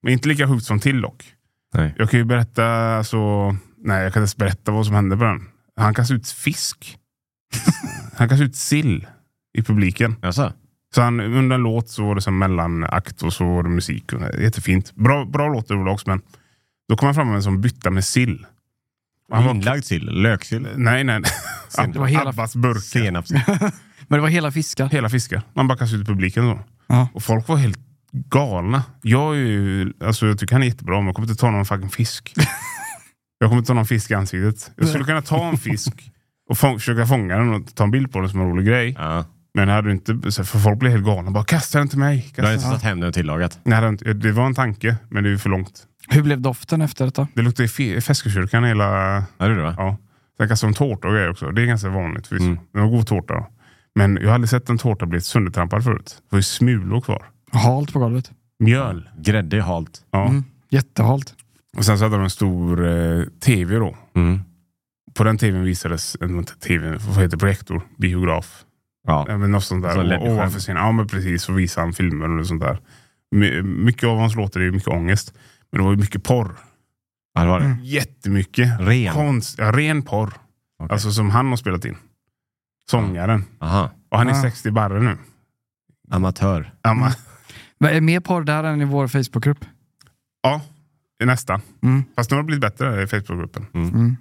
[SPEAKER 3] Men inte lika sjukt som till dock.
[SPEAKER 1] Nej.
[SPEAKER 3] Jag kan ju berätta, alltså, nej jag kan inte ens berätta vad som hände på den. Han kastade ut fisk. han kastade ut sill i publiken.
[SPEAKER 1] Jaså?
[SPEAKER 3] Så han, under en låt så var det som mellanakt och så var det musik. Och det- Jättefint. Bra, bra låt överlags men då kom han fram med en som bytta med sill. Och han var-
[SPEAKER 1] Inlagd sill? Löksill?
[SPEAKER 3] Nej, nej.
[SPEAKER 1] Sen-
[SPEAKER 2] Det var hela-
[SPEAKER 3] Abbas burkar.
[SPEAKER 1] Senapssill?
[SPEAKER 2] Men det var hela fiskar.
[SPEAKER 3] Hela fiskar. Man bara kastar ut i publiken så.
[SPEAKER 2] Ja.
[SPEAKER 3] Och folk var helt galna. Jag, är ju, alltså, jag tycker han är jättebra, men jag kommer inte ta någon fucking fisk. jag kommer inte ta någon fisk i ansiktet. Jag skulle kunna ta en fisk och få, försöka fånga den och ta en bild på den som en rolig grej.
[SPEAKER 1] Ja.
[SPEAKER 3] Men jag hade ju inte, så här, för folk blev helt galna. Bara kasta den till mig. Kasta
[SPEAKER 1] Du har
[SPEAKER 3] den.
[SPEAKER 1] inte tagit hem den och tillagat?
[SPEAKER 3] Nej, det hade inte- det var en tanke, men det är ju för långt.
[SPEAKER 2] Hur blev doften efter detta?
[SPEAKER 3] Det luktade i fe- Feskekyrkan hela
[SPEAKER 1] Ja, det är det va?
[SPEAKER 3] Ja. Sen kastade de tårta och grejer också. Det är ganska vanligt. Visst.
[SPEAKER 1] Mm.
[SPEAKER 3] Det var god tårta. då. Men jag har aldrig sett en tårta bli söndertrampad förut. Det var ju smulor kvar.
[SPEAKER 2] Halt på golvet.
[SPEAKER 3] Mjöl.
[SPEAKER 1] Grädde är halt.
[SPEAKER 3] Ja.
[SPEAKER 2] Mm. Jättehalt.
[SPEAKER 3] Och sen så hade de en stor eh, tv då.
[SPEAKER 1] Mm.
[SPEAKER 3] På den tvn visades, eller inte tv, vad heter det, projektor? Biograf.
[SPEAKER 1] Ja.
[SPEAKER 3] Även något sånt där.
[SPEAKER 1] Så en
[SPEAKER 3] Så
[SPEAKER 1] LED-skärm.
[SPEAKER 3] ovanför scenen. Ja men precis, så visade han filmer och sånt där. My- mycket av hans låtar är ju mycket ångest. Men det var ju mycket porr.
[SPEAKER 1] ja, det var det.
[SPEAKER 2] Mm.
[SPEAKER 3] Jättemycket.
[SPEAKER 1] Ren?
[SPEAKER 3] Konst, ja, ren porr.
[SPEAKER 1] Okej.
[SPEAKER 3] Alltså som han har spelat in. Sångaren.
[SPEAKER 1] Aha.
[SPEAKER 3] Och han är
[SPEAKER 2] Ah.
[SPEAKER 3] 60 barre nu.
[SPEAKER 1] Amatör.
[SPEAKER 3] Ja, men-
[SPEAKER 2] Vad Är mer porr där än i vår Facebookgrupp?
[SPEAKER 3] ja, nästan.
[SPEAKER 2] Mm.
[SPEAKER 3] Fast nu har det blivit bättre i Facebookgruppen.
[SPEAKER 2] Mm.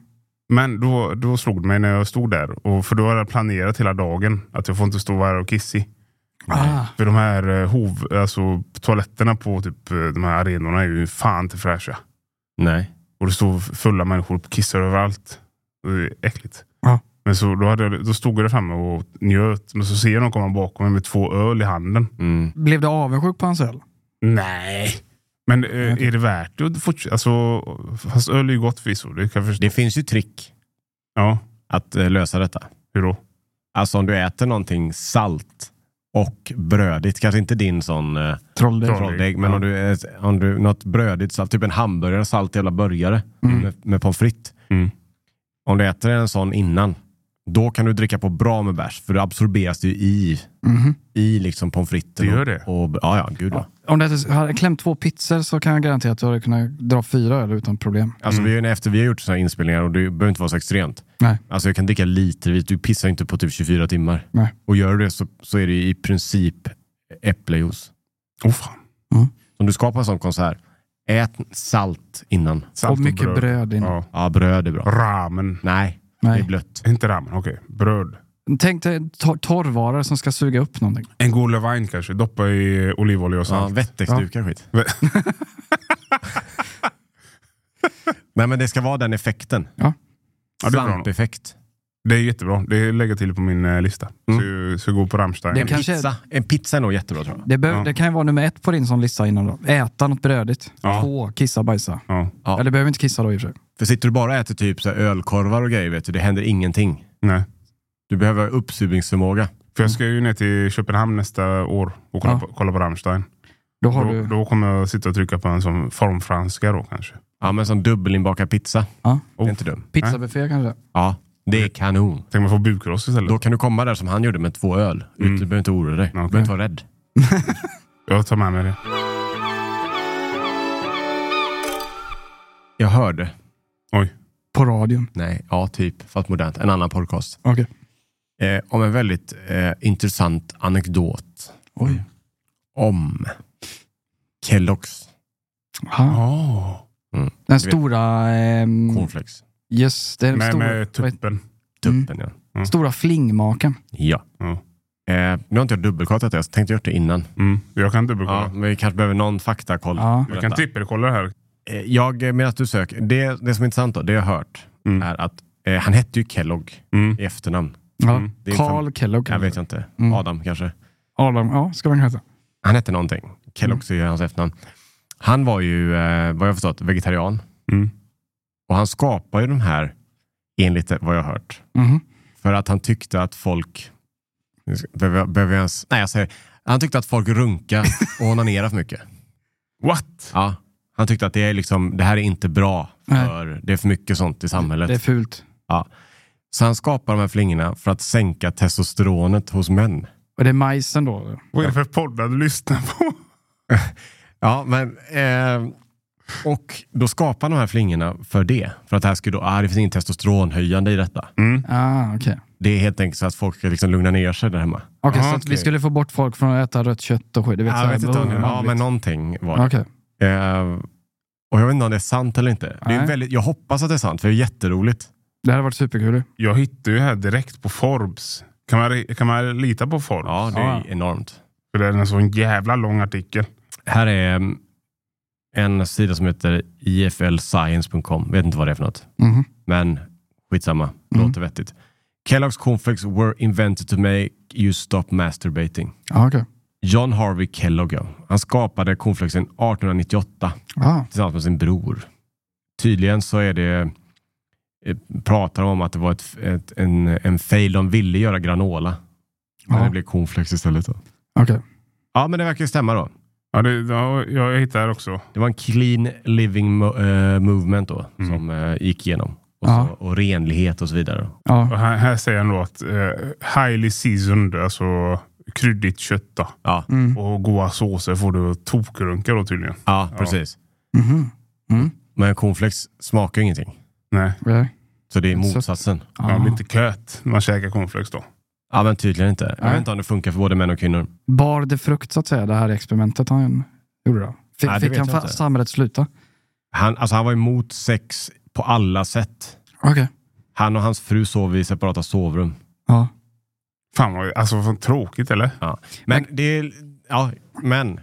[SPEAKER 3] Men då, då slog det mig när jag stod där. Och för då hade jag planerat hela dagen att jag får inte stå här och kissig.
[SPEAKER 2] Ah.
[SPEAKER 3] För de här eh, hov, alltså, toaletterna på typ, eh, de här arenorna är ju fan inte fräscha.
[SPEAKER 1] Nej.
[SPEAKER 3] Och det stod fulla människor och kissar överallt. Det är äckligt.
[SPEAKER 2] Ja.
[SPEAKER 3] Men så, då, hade jag, då stod jag där framme och njöt. Men så ser jag någon komma bakom mig med två öl i handen.
[SPEAKER 1] Mm.
[SPEAKER 2] Blev du avundsjuk på hans öl?
[SPEAKER 3] Nej. Men eh, är det värt det att fortsätta? Alltså, fast öl är ju gott förvisso. Det kan jag förstå.
[SPEAKER 1] Det finns ju trick
[SPEAKER 3] Ja,
[SPEAKER 1] att eh, lösa detta.
[SPEAKER 3] hur då?
[SPEAKER 1] Alltså om du äter någonting salt och brödigt, kanske inte din sån eh,
[SPEAKER 2] Trolldeg.
[SPEAKER 3] Troll.
[SPEAKER 1] trolldeg, men
[SPEAKER 3] Ja.
[SPEAKER 1] om, du, ät- om du något brödigt salt, typ en hamburgare, salt jävla burgare med, med pommes frites.
[SPEAKER 3] Mm.
[SPEAKER 1] Om du äter en sån innan, då kan du dricka på bra med bärs, för det absorberas det ju i,
[SPEAKER 2] Mhm.
[SPEAKER 1] i liksom pommes fritesen.
[SPEAKER 3] Det Mm-hmm. gör det.
[SPEAKER 1] Och, och, ja, ja, gud ja.
[SPEAKER 2] Om du hade- hade klämt två pizzor så kan jag garantera att du hade kunnat dra fyra öl utan problem.
[SPEAKER 1] Alltså vi,
[SPEAKER 3] Mm.
[SPEAKER 1] har- efter vi har gjort såna här inspelningar, och det behöver inte vara så extremt.
[SPEAKER 2] Nej.
[SPEAKER 1] Alltså jag kan dricka litervis, du pissar ju inte på typ 24 timmar.
[SPEAKER 2] Nej.
[SPEAKER 1] Och gör du det så, så är det ju i princip äpplejuice.
[SPEAKER 3] Oh, fan.
[SPEAKER 1] Om du ska på en sån konsert, ät salt innan.
[SPEAKER 3] Salt
[SPEAKER 2] och mycket bröd, in.
[SPEAKER 3] Ja.
[SPEAKER 1] Ja, bröd är bra.
[SPEAKER 3] Ramen.
[SPEAKER 1] Nej, det
[SPEAKER 2] Nej.
[SPEAKER 1] är blött.
[SPEAKER 3] Inte ramen, okej. Bröd.
[SPEAKER 2] Tänk dig tor- torrvaror som ska suga upp någonting.
[SPEAKER 3] En god Levine kanske. Doppa i olivolja och
[SPEAKER 1] Ja,
[SPEAKER 3] salt.
[SPEAKER 1] Wettexdukar och skit. Nej men det ska vara den effekten.
[SPEAKER 2] Ja.
[SPEAKER 3] Ja, det är bra.
[SPEAKER 1] Svampeffekt.
[SPEAKER 3] Det är jättebra. Det lägger jag till på min eh, lista. Så, så gå på Rammstein.
[SPEAKER 2] Det kan- Kanske-
[SPEAKER 1] Pizza. En pizza är nog jättebra tror jag.
[SPEAKER 2] Det, behöver-
[SPEAKER 3] Ja.
[SPEAKER 2] det kan ju vara nummer ett på din sån lista innan då. Äta något brödigt.
[SPEAKER 3] Ja.
[SPEAKER 2] Två, kissa, bajsa.
[SPEAKER 3] ja.
[SPEAKER 1] Ja.
[SPEAKER 2] Eller behöver inte kissa då i och för sig.
[SPEAKER 1] För sitter du bara och äter typ så här ölkorvar och grejer, vet du, det händer ingenting.
[SPEAKER 3] Nej.
[SPEAKER 1] Du behöver uppsugningsförmåga.
[SPEAKER 3] För jag ska ju ner till Köpenhamn nästa år och kolla,
[SPEAKER 2] Ja.
[SPEAKER 3] på, kolla på Rammstein.
[SPEAKER 2] Då har
[SPEAKER 3] Då,
[SPEAKER 2] du...
[SPEAKER 3] då kommer jag sitta och trycka på en sån formfranska då kanske.
[SPEAKER 1] Ja, men som dubbelinbakad pizza.
[SPEAKER 2] Ja.
[SPEAKER 1] Det är inte dum.
[SPEAKER 2] Pizzabuffé kanske?
[SPEAKER 1] Ja, det är kanon.
[SPEAKER 3] Tänk om jag får bukross istället.
[SPEAKER 1] Då kan du komma där som han gjorde med två öl. Ut- Du behöver inte oroa dig. Du behöver inte vara rädd.
[SPEAKER 3] Jag tar med mig det.
[SPEAKER 1] Jag hörde.
[SPEAKER 3] Oj.
[SPEAKER 2] På radion.
[SPEAKER 1] Nej, ja typ. Fast modernt. En annan podcast.
[SPEAKER 2] Okej.
[SPEAKER 1] Eh, om en väldigt eh, intressant anekdot.
[SPEAKER 2] Oj.
[SPEAKER 1] Om Kelloggs
[SPEAKER 2] Aha. Den
[SPEAKER 1] du vet.
[SPEAKER 2] stora... ehm,
[SPEAKER 1] cornflakes.
[SPEAKER 2] Yes, det är den
[SPEAKER 3] Med,
[SPEAKER 2] stora,
[SPEAKER 1] typ-
[SPEAKER 3] med
[SPEAKER 2] vad heter-
[SPEAKER 3] tuppen.
[SPEAKER 1] Tuppen ja.
[SPEAKER 2] stora flingmaken.
[SPEAKER 1] Ja.
[SPEAKER 3] Ja.
[SPEAKER 1] Eh, nu har inte jag dubbelkollat detta. Jag tänkte gjort det innan.
[SPEAKER 3] Mm. Jag kan dubbelkolla.
[SPEAKER 1] Ja, men vi kanske behöver någon faktakoll.
[SPEAKER 2] Ja.
[SPEAKER 1] på
[SPEAKER 3] Jag kan
[SPEAKER 1] detta.
[SPEAKER 3] trippelkolla det här.
[SPEAKER 1] Eh, Jag, eh, medan att du söker, det, det som är intressant då, det jag har hört
[SPEAKER 3] Mm.
[SPEAKER 1] är att eh, han hette ju Kellogg
[SPEAKER 3] Mm.
[SPEAKER 1] i efternamn.
[SPEAKER 2] Ja.
[SPEAKER 3] Mm.
[SPEAKER 1] Det är
[SPEAKER 2] Carl Kellogg.
[SPEAKER 1] Jag vet jag inte.
[SPEAKER 2] Mm.
[SPEAKER 1] Adam kanske.
[SPEAKER 2] Adam, ja, ska man heta.
[SPEAKER 1] Han hette någonting. Kellogg är ju hans efternamn. Han var ju, eh, vad jag förstått, vegetarian.
[SPEAKER 3] Mm.
[SPEAKER 1] Och han skapade ju de här, enligt vad jag har hört,
[SPEAKER 2] Mhm.
[SPEAKER 1] för att han tyckte att folk... Nu ska- Behöver jag, behöver jag ens... Nej, jag säger... Han tyckte att folk runka och onanerade för mycket.
[SPEAKER 3] What?
[SPEAKER 1] Ja. Han tyckte att det, är liksom, det här är inte bra.
[SPEAKER 2] Nej.
[SPEAKER 1] För, det är för mycket sånt i samhället.
[SPEAKER 2] Det är fult.
[SPEAKER 1] Så han skapar de här flingorna för att sänka testosteronet hos män.
[SPEAKER 2] Och det är majsen
[SPEAKER 1] Mm.
[SPEAKER 2] då.
[SPEAKER 3] Vad är det för poddar du lyssnar på?
[SPEAKER 1] Ja, men... Eh, och då skapar han de här flingorna för det. För att det här skulle då, ah, det finns inget testosteronhöjande i detta.
[SPEAKER 2] Ah, okej.
[SPEAKER 1] Det är helt enkelt så att folk ska liksom lugna ner sig där hemma.
[SPEAKER 2] Okej,
[SPEAKER 3] Aha,
[SPEAKER 2] så att vi
[SPEAKER 1] okej.
[SPEAKER 2] skulle få bort folk från att äta rött kött och skit. Du vet,
[SPEAKER 1] Jag vet inte om det, ja,
[SPEAKER 2] manligt.
[SPEAKER 1] men någonting var det.
[SPEAKER 2] Okej.
[SPEAKER 1] Eh, och jag vet inte om det är sant eller inte. Det är
[SPEAKER 2] Nej.
[SPEAKER 1] väldigt, jag hoppas att det är sant, för det är jätteroligt.
[SPEAKER 2] Det hade varit superkul.
[SPEAKER 3] Jag hittade ju här direkt på Forbes. Kan man, kan man lita på Forbes?
[SPEAKER 1] Ja, det
[SPEAKER 2] Ja.
[SPEAKER 1] är enormt.
[SPEAKER 3] För det är en sån jävla lång artikel.
[SPEAKER 1] Här är mm, en sida som heter iflscience.com. Vet inte vad det är för något,
[SPEAKER 2] Mhm.
[SPEAKER 1] men skitsamma. Låter vettigt. Kellogg's cornflakes were invented to make you stop masturbating.
[SPEAKER 2] Ja, Ah, okej.
[SPEAKER 1] John Harvey Kellogg, ja. han skapade cornflakesen 1898.
[SPEAKER 2] Ah,
[SPEAKER 1] tillsammans med sin bror. Tydligen så är det, eh, pratar de om att det var ett, ett, en, en fail. De ville göra granola, men
[SPEAKER 2] Ja.
[SPEAKER 1] det blev cornflakes istället. Då.
[SPEAKER 2] Ah, okej.
[SPEAKER 1] Ja, men det verkar ju stämma då.
[SPEAKER 3] Ja, det, ja, jag hittar också.
[SPEAKER 1] Det var en clean living mo- eh, movement då,
[SPEAKER 3] Mm.
[SPEAKER 1] som eh, gick igenom. Och,
[SPEAKER 2] Ja.
[SPEAKER 1] så, och renlighet och så vidare.
[SPEAKER 2] Ja.
[SPEAKER 3] Och här, här säger han då att eh, highly seasoned, alltså kryddigt kött då.
[SPEAKER 1] Ja,
[SPEAKER 2] Mm.
[SPEAKER 3] och goda såser får du tokrunka då tydligen.
[SPEAKER 1] ja precis.
[SPEAKER 2] Mhm. Mm.
[SPEAKER 1] Men cornflakes smakar ju ingenting.
[SPEAKER 3] Nej,
[SPEAKER 2] Okej.
[SPEAKER 1] Så det är
[SPEAKER 2] Sött.
[SPEAKER 1] motsatsen.
[SPEAKER 3] man
[SPEAKER 2] Ah.
[SPEAKER 3] blir inte köt när man käkar cornflakes då.
[SPEAKER 1] Ja, men tydligen inte. Jag
[SPEAKER 2] Nej.
[SPEAKER 1] vet inte om det funkar för både män och kvinnor.
[SPEAKER 2] Bar det frukt så att säga, det här experimentet han gjorde då? Fick,
[SPEAKER 1] Nej, det
[SPEAKER 2] fick
[SPEAKER 1] vet
[SPEAKER 2] han
[SPEAKER 1] jag
[SPEAKER 2] fa-
[SPEAKER 1] inte.
[SPEAKER 2] samhället sluta?
[SPEAKER 1] Han, alltså, han var emot sex på alla sätt.
[SPEAKER 2] Okej.
[SPEAKER 1] Han och hans fru sov i separata sovrum.
[SPEAKER 2] Ja.
[SPEAKER 3] Fan vad alltså, fan, tråkigt eller?
[SPEAKER 1] Ja. Men, det är, ja, men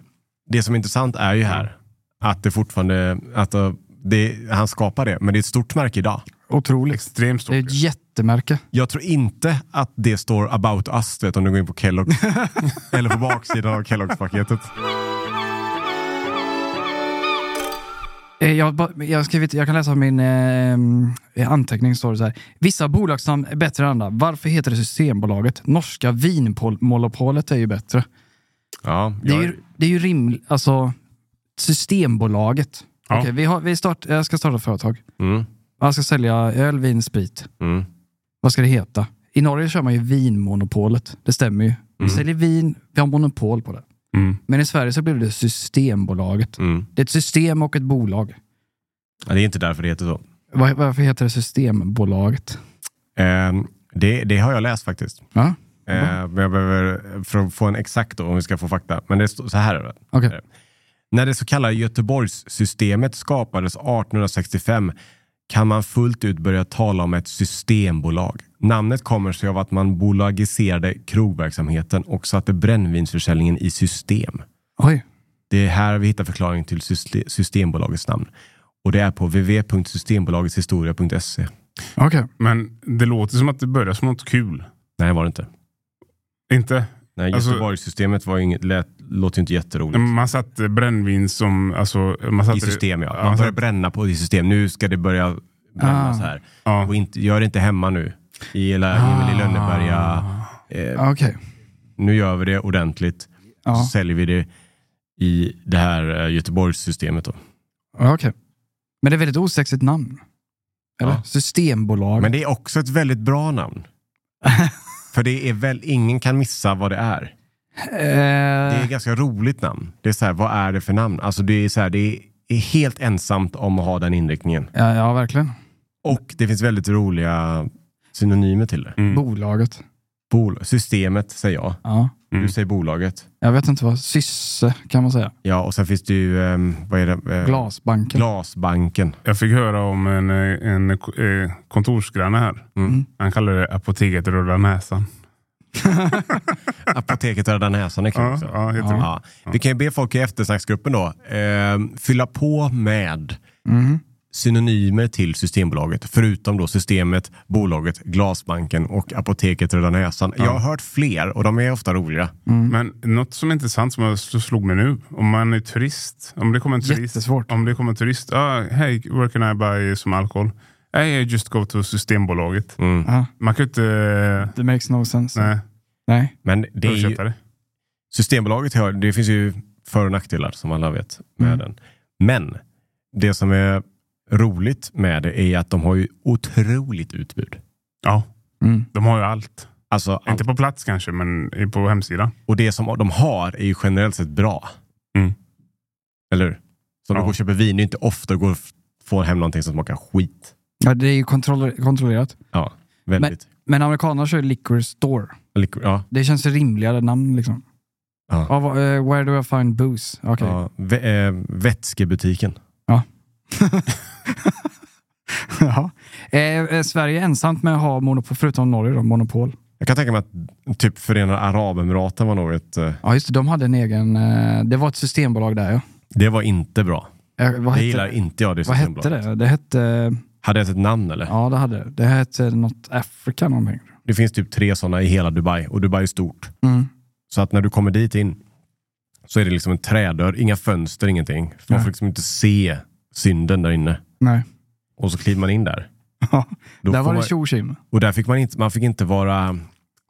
[SPEAKER 1] det som är intressant är ju här att det fortfarande, att eh, det, han skapar det, men det är ett stort märke idag.
[SPEAKER 2] Otroligt.
[SPEAKER 3] Extremt
[SPEAKER 2] Det är
[SPEAKER 3] stort.
[SPEAKER 2] ett jättemärke.
[SPEAKER 1] Jag tror inte att det står about us, du vet, om du går in på Kellogg eller på baksidan av Kelloggs-paketet.
[SPEAKER 2] Eh, Jag, har ba- jag, har skrivit, jag kan läsa min eh, anteckning. Står det så här. Vissa bolagsnamn är bättre än andra. Varför heter det Systembolaget? Norska Vinmonopolet är ju bättre.
[SPEAKER 1] Ja,
[SPEAKER 2] Det är
[SPEAKER 1] jag,
[SPEAKER 2] ju, det är ju rimligt. Alltså, Systembolaget.
[SPEAKER 3] Ja.
[SPEAKER 2] Okej, vi har, vi start, jag ska starta ett företag.
[SPEAKER 1] mm,
[SPEAKER 2] Jag ska sälja öl, vin, sprit.
[SPEAKER 1] mm,
[SPEAKER 2] Vad ska det heta? I Norge kör man ju Vinmonopolet. Det stämmer ju. Vi
[SPEAKER 1] Mm.
[SPEAKER 2] säljer vin, vi har monopol på det.
[SPEAKER 3] Mm.
[SPEAKER 2] Men i Sverige så blev det Systembolaget.
[SPEAKER 1] mm.
[SPEAKER 2] Det är ett system och ett bolag.
[SPEAKER 1] Ja, det är inte därför det heter så.
[SPEAKER 2] Var- Varför heter det Systembolaget?
[SPEAKER 1] Eh, det, det har jag läst faktiskt.
[SPEAKER 2] Ja,
[SPEAKER 1] Eh, men jag behöver, för att få en exakt då, om vi ska få fakta. Men det står så här. Är det.
[SPEAKER 2] okej.
[SPEAKER 1] När det så kallade Göteborgssystemet skapades 1865 kan man fullt ut börja tala om ett systembolag. Namnet kommer sig av att man bolagiserade krogverksamheten och satte brännvinsförsäljningen i system.
[SPEAKER 2] Oj.
[SPEAKER 1] Det är här vi hittar förklaringen till syste- Systembolagets namn. Och det är på www.systembolagetshistoria.se.
[SPEAKER 2] Okej.
[SPEAKER 3] Men det låter som att det börjar som något kul.
[SPEAKER 1] Nej, var det inte.
[SPEAKER 3] Inte?
[SPEAKER 1] Nej,
[SPEAKER 3] Alltså- Mm.
[SPEAKER 1] Göteborgssystemet var ju inget, lät, låter ju inte jätteroligt.
[SPEAKER 3] Man satte brännvin som... Alltså, man satte
[SPEAKER 1] I system ja. Man
[SPEAKER 3] man
[SPEAKER 1] börjar
[SPEAKER 3] satte,
[SPEAKER 1] bränna på i system. Nu ska det börja bränna
[SPEAKER 2] Ah.
[SPEAKER 1] så här.
[SPEAKER 3] ja.
[SPEAKER 1] Och inte, gör det inte hemma nu. I, eller, i
[SPEAKER 2] Ah.
[SPEAKER 1] Lönneberga. Eh,
[SPEAKER 2] Okej.
[SPEAKER 1] nu gör vi det ordentligt. Så
[SPEAKER 2] Ja.
[SPEAKER 1] säljer vi det i det här eh, Göteborgssystemet. Då.
[SPEAKER 2] Okej. Men det är väldigt osexigt namn. Eller?
[SPEAKER 1] Ja.
[SPEAKER 2] Systembolag.
[SPEAKER 1] Men det är också ett väldigt bra namn. För det är väl, ingen kan missa vad det är. Det är
[SPEAKER 2] eh,
[SPEAKER 1] ett ganska roligt namn. Det är så här, vad är det för namn? Alltså det är så här, det är helt ensamt om att ha den inriktningen.
[SPEAKER 2] ja, ja, verkligen.
[SPEAKER 1] Och det finns väldigt roliga synonymer till det.
[SPEAKER 3] Mm.
[SPEAKER 2] Bolaget.
[SPEAKER 1] Bol- systemet säger jag.
[SPEAKER 2] Ja.
[SPEAKER 1] Du
[SPEAKER 3] Mm.
[SPEAKER 1] säger bolaget.
[SPEAKER 2] Jag vet inte vad Sysse kan man säga.
[SPEAKER 1] Ja, och sen finns det ju, ehm, vad är det? Eh,
[SPEAKER 2] Glasbanken.
[SPEAKER 1] Glasbanken.
[SPEAKER 3] Jag fick höra om en, eh, en eh, kontorsgranne här.
[SPEAKER 1] Mm.
[SPEAKER 3] Han kallade det apoteket Röda Näsan.
[SPEAKER 1] Apoteket Röda Näsan är kul
[SPEAKER 3] Ja,
[SPEAKER 1] också.
[SPEAKER 3] ja, jättebra.
[SPEAKER 1] Ja. Vi kan ju be folk i eftersnacksgruppen då, ehm, fylla på med
[SPEAKER 2] Mm.
[SPEAKER 1] synonymer till Systembolaget, förutom då Systemet, bolaget, Glasbanken och Apoteket Röda Näsan. Jag har hört fler och de är ofta roliga.
[SPEAKER 3] Men något som är intressant som jag så slog mig nu. Om man är turist. Om det kommer en turist.
[SPEAKER 2] Jättesvårt.
[SPEAKER 3] Om det kommer en turist. Ah, hey, where can I buy some alcohol? I just go to Systembolaget.
[SPEAKER 1] Mm.
[SPEAKER 2] Ja.
[SPEAKER 3] Man kan ju inte... eh,
[SPEAKER 2] Det makes no sense.
[SPEAKER 3] Nej,
[SPEAKER 2] Nej.
[SPEAKER 1] Men det är ju,
[SPEAKER 3] översätta det.
[SPEAKER 1] Systembolaget, har- det finns ju för och nackdelar som alla vet med
[SPEAKER 2] Mm.
[SPEAKER 1] den. Men det som är roligt med det är att de har ju otroligt utbud.
[SPEAKER 3] Ja,
[SPEAKER 2] Mm.
[SPEAKER 3] de har ju allt.
[SPEAKER 1] Alltså, allt.
[SPEAKER 3] Inte på plats kanske, men i- på hemsidan.
[SPEAKER 1] Och det som de har är ju generellt sett bra.
[SPEAKER 3] Mm.
[SPEAKER 1] Eller hur? Så om du
[SPEAKER 3] Ja.
[SPEAKER 1] går och köper vin, det är inte ofta du går och f- får hem någonting som smakar skit.
[SPEAKER 2] Ja, det är ju kontroller- kontrollerat.
[SPEAKER 1] Ja, väldigt.
[SPEAKER 2] Men amerikanerna kör liquor store.
[SPEAKER 1] Lik- ja,
[SPEAKER 2] Det känns rimligare namn liksom.
[SPEAKER 1] Ja.
[SPEAKER 2] Ja, vad- eh, where do I find booze? Okej.
[SPEAKER 1] ja, vä- eh, vätskebutiken.
[SPEAKER 2] Ja. Eh, eh, Sverige är ensamt med att ha monopol, förutom Norge då, monopol.
[SPEAKER 1] Jag kan tänka mig att typ Förenade Arabemiraten var nog ett... Eh,
[SPEAKER 2] Ja, just det. De hade en egen... Eh, det var ett systembolag där ja.
[SPEAKER 1] det var inte bra.
[SPEAKER 2] Eh, vad
[SPEAKER 1] Det
[SPEAKER 2] hette,
[SPEAKER 1] gillar inte jag. Det
[SPEAKER 2] Vad hette
[SPEAKER 1] Systembolaget.
[SPEAKER 2] det? Det hette...
[SPEAKER 1] Hade det ett namn eller?
[SPEAKER 2] Ja, det hade det. Det hette något Africa någonting.
[SPEAKER 1] Det finns typ tre sådana i hela Dubai och Dubai är stort.
[SPEAKER 2] Mm.
[SPEAKER 1] Så att när du kommer dit in så är det liksom en trädörr, inga fönster, ingenting. För man
[SPEAKER 2] Nej.
[SPEAKER 1] får liksom inte se synden där inne.
[SPEAKER 2] Nej.
[SPEAKER 1] Och så kliver man in där.
[SPEAKER 2] Ja,
[SPEAKER 1] Då
[SPEAKER 2] där
[SPEAKER 1] får
[SPEAKER 2] var det
[SPEAKER 1] man-
[SPEAKER 2] tjo och tjim.
[SPEAKER 1] Och där fick man inte, man fick inte vara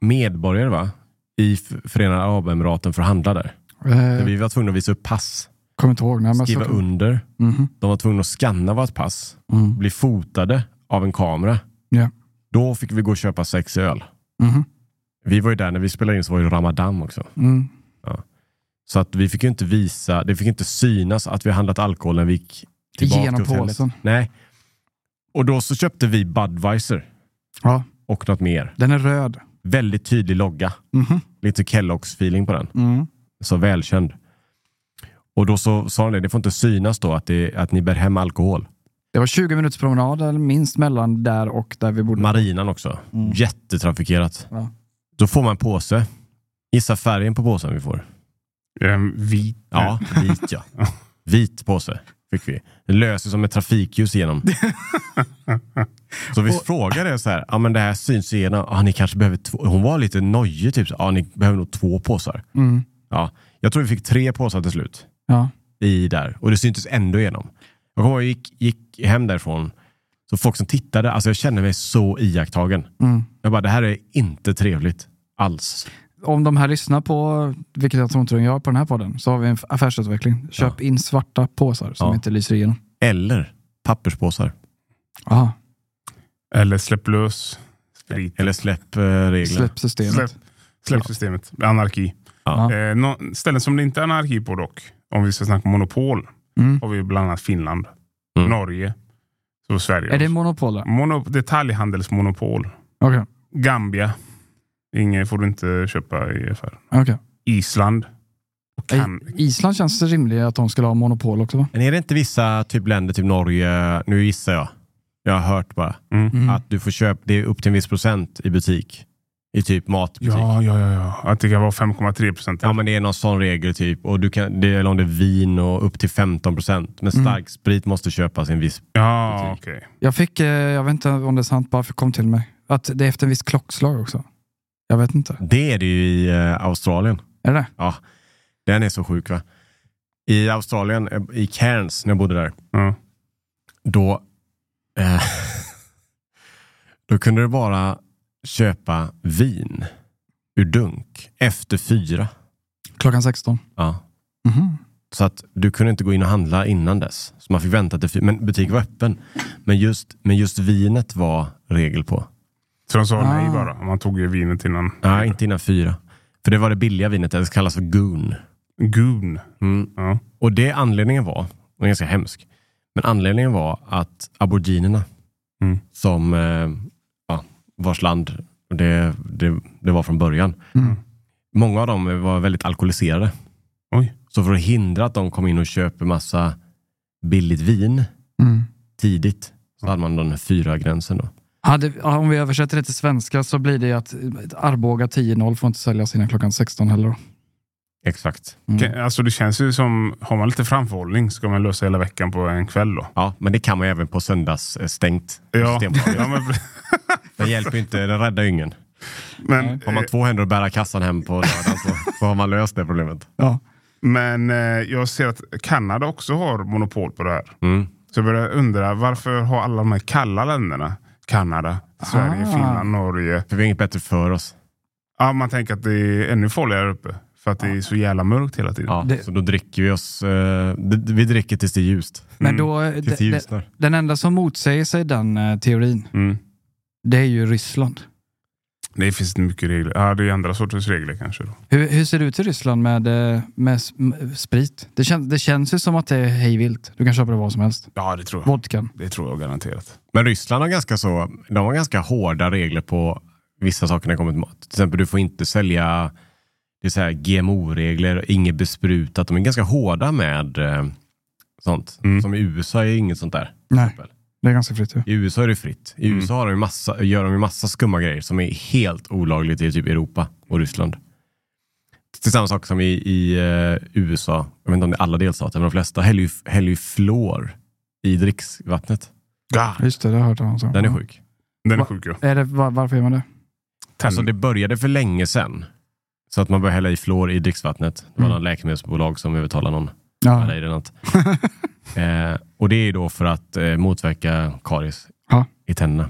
[SPEAKER 1] medborgare va? i F- Förenade Arabemiraten för att handla där.
[SPEAKER 2] Eh,
[SPEAKER 1] Vi var tvungna att visa upp pass,
[SPEAKER 2] Kommer inte ihåg. Nej, men
[SPEAKER 1] skriva
[SPEAKER 2] så-
[SPEAKER 1] under.
[SPEAKER 2] Mhm.
[SPEAKER 1] De var tvungna att skanna vårt pass,
[SPEAKER 2] Mm.
[SPEAKER 1] bli fotade av en kamera.
[SPEAKER 2] Ja.
[SPEAKER 1] Då fick vi gå och köpa sex öl.
[SPEAKER 2] Mhm.
[SPEAKER 1] Vi var ju där, när vi spelade in så var ju Ramadan också.
[SPEAKER 2] Mm.
[SPEAKER 1] Så att vi fick ju inte visa, det fick inte synas att vi handlat alkohol när vi gick tillbaka
[SPEAKER 2] Genom
[SPEAKER 1] till hotellet.
[SPEAKER 2] påsen.
[SPEAKER 1] Nej. Och då så köpte vi Budweiser
[SPEAKER 2] Ja,
[SPEAKER 1] och något mer.
[SPEAKER 2] den är röd.
[SPEAKER 1] Väldigt tydlig logga.
[SPEAKER 2] Mhm.
[SPEAKER 1] Lite Kelloggs-feeling på den.
[SPEAKER 2] Mm.
[SPEAKER 1] Så välkänd. Och då så sa de det, det får inte synas då att, det, att ni bär hem alkohol.
[SPEAKER 2] Det var 20 minuters promenad eller minst mellan där och där vi bodde.
[SPEAKER 1] Marinan också.
[SPEAKER 2] Mm.
[SPEAKER 1] Jättetrafikerat.
[SPEAKER 2] Ja.
[SPEAKER 1] Då får man en påse. Gissa färgen på påsen vi får.
[SPEAKER 3] Är den vit?
[SPEAKER 1] Ja, vit ja. Vit påse fick vi. Det löser som ett trafikljus igenom. Så vi frågade så här, ja men det här syns igenom. Ja, ni kanske behöver två. Hon var lite nojig typ. så, Ja, ni behöver nog två påsar.
[SPEAKER 2] Mm.
[SPEAKER 1] Ja, jag tror vi fick tre påsar till slut.
[SPEAKER 2] Ja.
[SPEAKER 1] i där och det syntes ändå igenom. Jag kommer ihåg, jag gick, gick hem därifrån, så folk som tittade, alltså jag kände mig så iakttagen.
[SPEAKER 2] Mm.
[SPEAKER 1] Jag bara, det här är inte trevligt alls.
[SPEAKER 2] Om de här lyssnar på, vilket jag tror inte de gör på den här podden, så har vi en affärsutveckling. Köp in svarta påsar som
[SPEAKER 1] Ja.
[SPEAKER 2] inte lyser igenom.
[SPEAKER 1] Eller papperspåsar.
[SPEAKER 2] Aha.
[SPEAKER 3] Eller släpp lös sprit.
[SPEAKER 1] Eller släpp eh, reglerna.
[SPEAKER 2] Släpp systemet.
[SPEAKER 3] Släpp, släpp systemet. Anarki.
[SPEAKER 1] Ja.
[SPEAKER 3] Eh, nå- ställen som det inte är anarki på dock, om vi ska snacka monopol,
[SPEAKER 2] Mm.
[SPEAKER 3] har vi bland annat Finland,
[SPEAKER 1] Mm.
[SPEAKER 3] Norge och Sverige.
[SPEAKER 2] Är det monopol där?
[SPEAKER 3] Mono, detaljhandelsmonopol.
[SPEAKER 2] Okej.
[SPEAKER 3] Gambia. Inget får du inte köpa i affär.
[SPEAKER 2] Okej.
[SPEAKER 3] Island. Kan-
[SPEAKER 2] I- Island känns det rimligt att de skulle ha monopol också va?
[SPEAKER 1] Men är det inte vissa typ länder, typ Norge, nu gissar jag, jag har hört bara,
[SPEAKER 3] Mm.
[SPEAKER 1] att du får köpa, det är upp till en viss procent i butik. i typ matbutik. Ja.
[SPEAKER 3] Ja, ja, ja, ja. Att det kan vara 5,3 procent.
[SPEAKER 1] men det är någon sån regel typ. Och du kan, det är om det är vin och upp till 15 procent. Men stark sprit måste köpas i en viss...
[SPEAKER 3] Ja, okej.
[SPEAKER 2] Jag fick, eh, jag vet inte om det är sant, bara för kom till mig. Att det är efter en viss klockslag också. Jag vet inte.
[SPEAKER 1] Det är det ju i eh, Australien.
[SPEAKER 2] Är det
[SPEAKER 1] Ja, den är så sjuk va. I Australien, eh, i Cairns, när jag bodde där,
[SPEAKER 3] Ja.
[SPEAKER 1] då, eh, då kunde du bara köpa vin ur dunk efter fyra.
[SPEAKER 2] Klockan 16.
[SPEAKER 1] Ja.
[SPEAKER 2] Mhm.
[SPEAKER 1] Så att du kunde inte gå in och handla innan dess. Så man fick vänta till fyra. Men butiken var öppen. Men just, men just vinet var regel på.
[SPEAKER 3] Så de sa nej
[SPEAKER 2] Ah.
[SPEAKER 3] bara. Man tog ju vinet innan.
[SPEAKER 1] Nej, inte innan fyra. För det var det billiga vinet, det kallas för goon.
[SPEAKER 3] Goon. Mm, Ja.
[SPEAKER 1] Och det anledningen var, och ganska hemsk, men anledningen var att aboriginerna,
[SPEAKER 3] Mm.
[SPEAKER 1] som eh, ja, vars land det, det, det var från början,
[SPEAKER 2] Mm.
[SPEAKER 1] många av dem var väldigt alkoholiserade.
[SPEAKER 3] Oj.
[SPEAKER 1] Så för att hindra att de kom in och köper massa billigt vin
[SPEAKER 2] Mm.
[SPEAKER 1] tidigt, så hade man den här fyra gränsen då.
[SPEAKER 2] Hade, ja, om vi översätter det till svenska så blir det att eh, Arboga 10.0 får inte säljas innan klockan 16 heller. då.
[SPEAKER 1] Exakt.
[SPEAKER 3] Kan- Alltså det känns ju som, har man lite framförhållning ska man lösa hela veckan på en kväll då.
[SPEAKER 1] Ja, men det kan man ju även på söndags eh, stängt.
[SPEAKER 3] Ja,
[SPEAKER 1] Systembolaget.
[SPEAKER 3] ja men,
[SPEAKER 1] Det hjälper ju inte, det räddar ju ingen.
[SPEAKER 3] men,
[SPEAKER 1] Har man två händer att bära kassan hem på lördagen så, så har man löst det problemet.
[SPEAKER 2] Ja.
[SPEAKER 3] men eh, jag ser att Kanada också har monopol på det här.
[SPEAKER 1] Mm.
[SPEAKER 3] Så jag börjar undra, varför har alla de här kalla länderna, Kanada, Sverige,
[SPEAKER 2] Ah.
[SPEAKER 3] Finland, Norge.
[SPEAKER 1] För vi har inget bättre för oss.
[SPEAKER 3] Ja, man tänker att det är ännu farligare här uppe. För att det är så jävla mörkt hela tiden.
[SPEAKER 1] Ja,
[SPEAKER 2] Det-
[SPEAKER 1] Så då dricker vi oss... Eh, d- vi dricker tills det är ljust.
[SPEAKER 2] Men då, eh,
[SPEAKER 1] Tills det
[SPEAKER 2] de- de-
[SPEAKER 1] ljusnar.
[SPEAKER 2] den enda som motsäger sig den eh, teorin,
[SPEAKER 3] Mm.
[SPEAKER 2] det är ju Ryssland.
[SPEAKER 3] Det finns inte mycket regler. Ja, det är andra sorters regler kanske. Då.
[SPEAKER 2] Hur, hur ser det ut i Ryssland med, eh, med s- m- sprit? Det, kän, det känns ju som att det är hejvilt. Du kan köpa det vad som helst.
[SPEAKER 3] Ja, det tror jag.
[SPEAKER 2] Vodkan.
[SPEAKER 3] Det tror jag garanterat.
[SPEAKER 1] Men Ryssland har ganska så... De har ganska hårda regler på vissa saker när det kommer till mat. Till exempel, du får inte sälja... Det är så här GMO-regler, inget besprutat. De är ganska hårda med eh, sånt.
[SPEAKER 3] Mm.
[SPEAKER 1] Som i USA är inget sånt där.
[SPEAKER 2] Nej, det är ganska fritt. ju.
[SPEAKER 1] I USA är det fritt. I
[SPEAKER 3] Mm.
[SPEAKER 1] USA har de ju massa, gör de ju massa skumma grejer som är helt olagligt i typ Europa och Ryssland. Till samma sak som i, i eh, USA, jag vet inte om det är alla delstater, men de flesta häller ju, häller ju fluor i dricksvattnet.
[SPEAKER 2] Just det, det har jag hört talas om.
[SPEAKER 1] Den är sjuk.
[SPEAKER 3] Den är
[SPEAKER 2] Va-
[SPEAKER 3] sjuk ja.
[SPEAKER 2] Är det, var, varför gör man det?
[SPEAKER 1] Alltså det började för länge sedan. Så att man började hälla i fluor i dricksvattnet. Det var
[SPEAKER 2] Mm.
[SPEAKER 1] någon läkemedelsbolag som övertalade någon.
[SPEAKER 2] Ja.
[SPEAKER 1] Eller är det något? eh, och det är ju då för att eh, motverka karies
[SPEAKER 2] Ja.
[SPEAKER 1] i tänderna.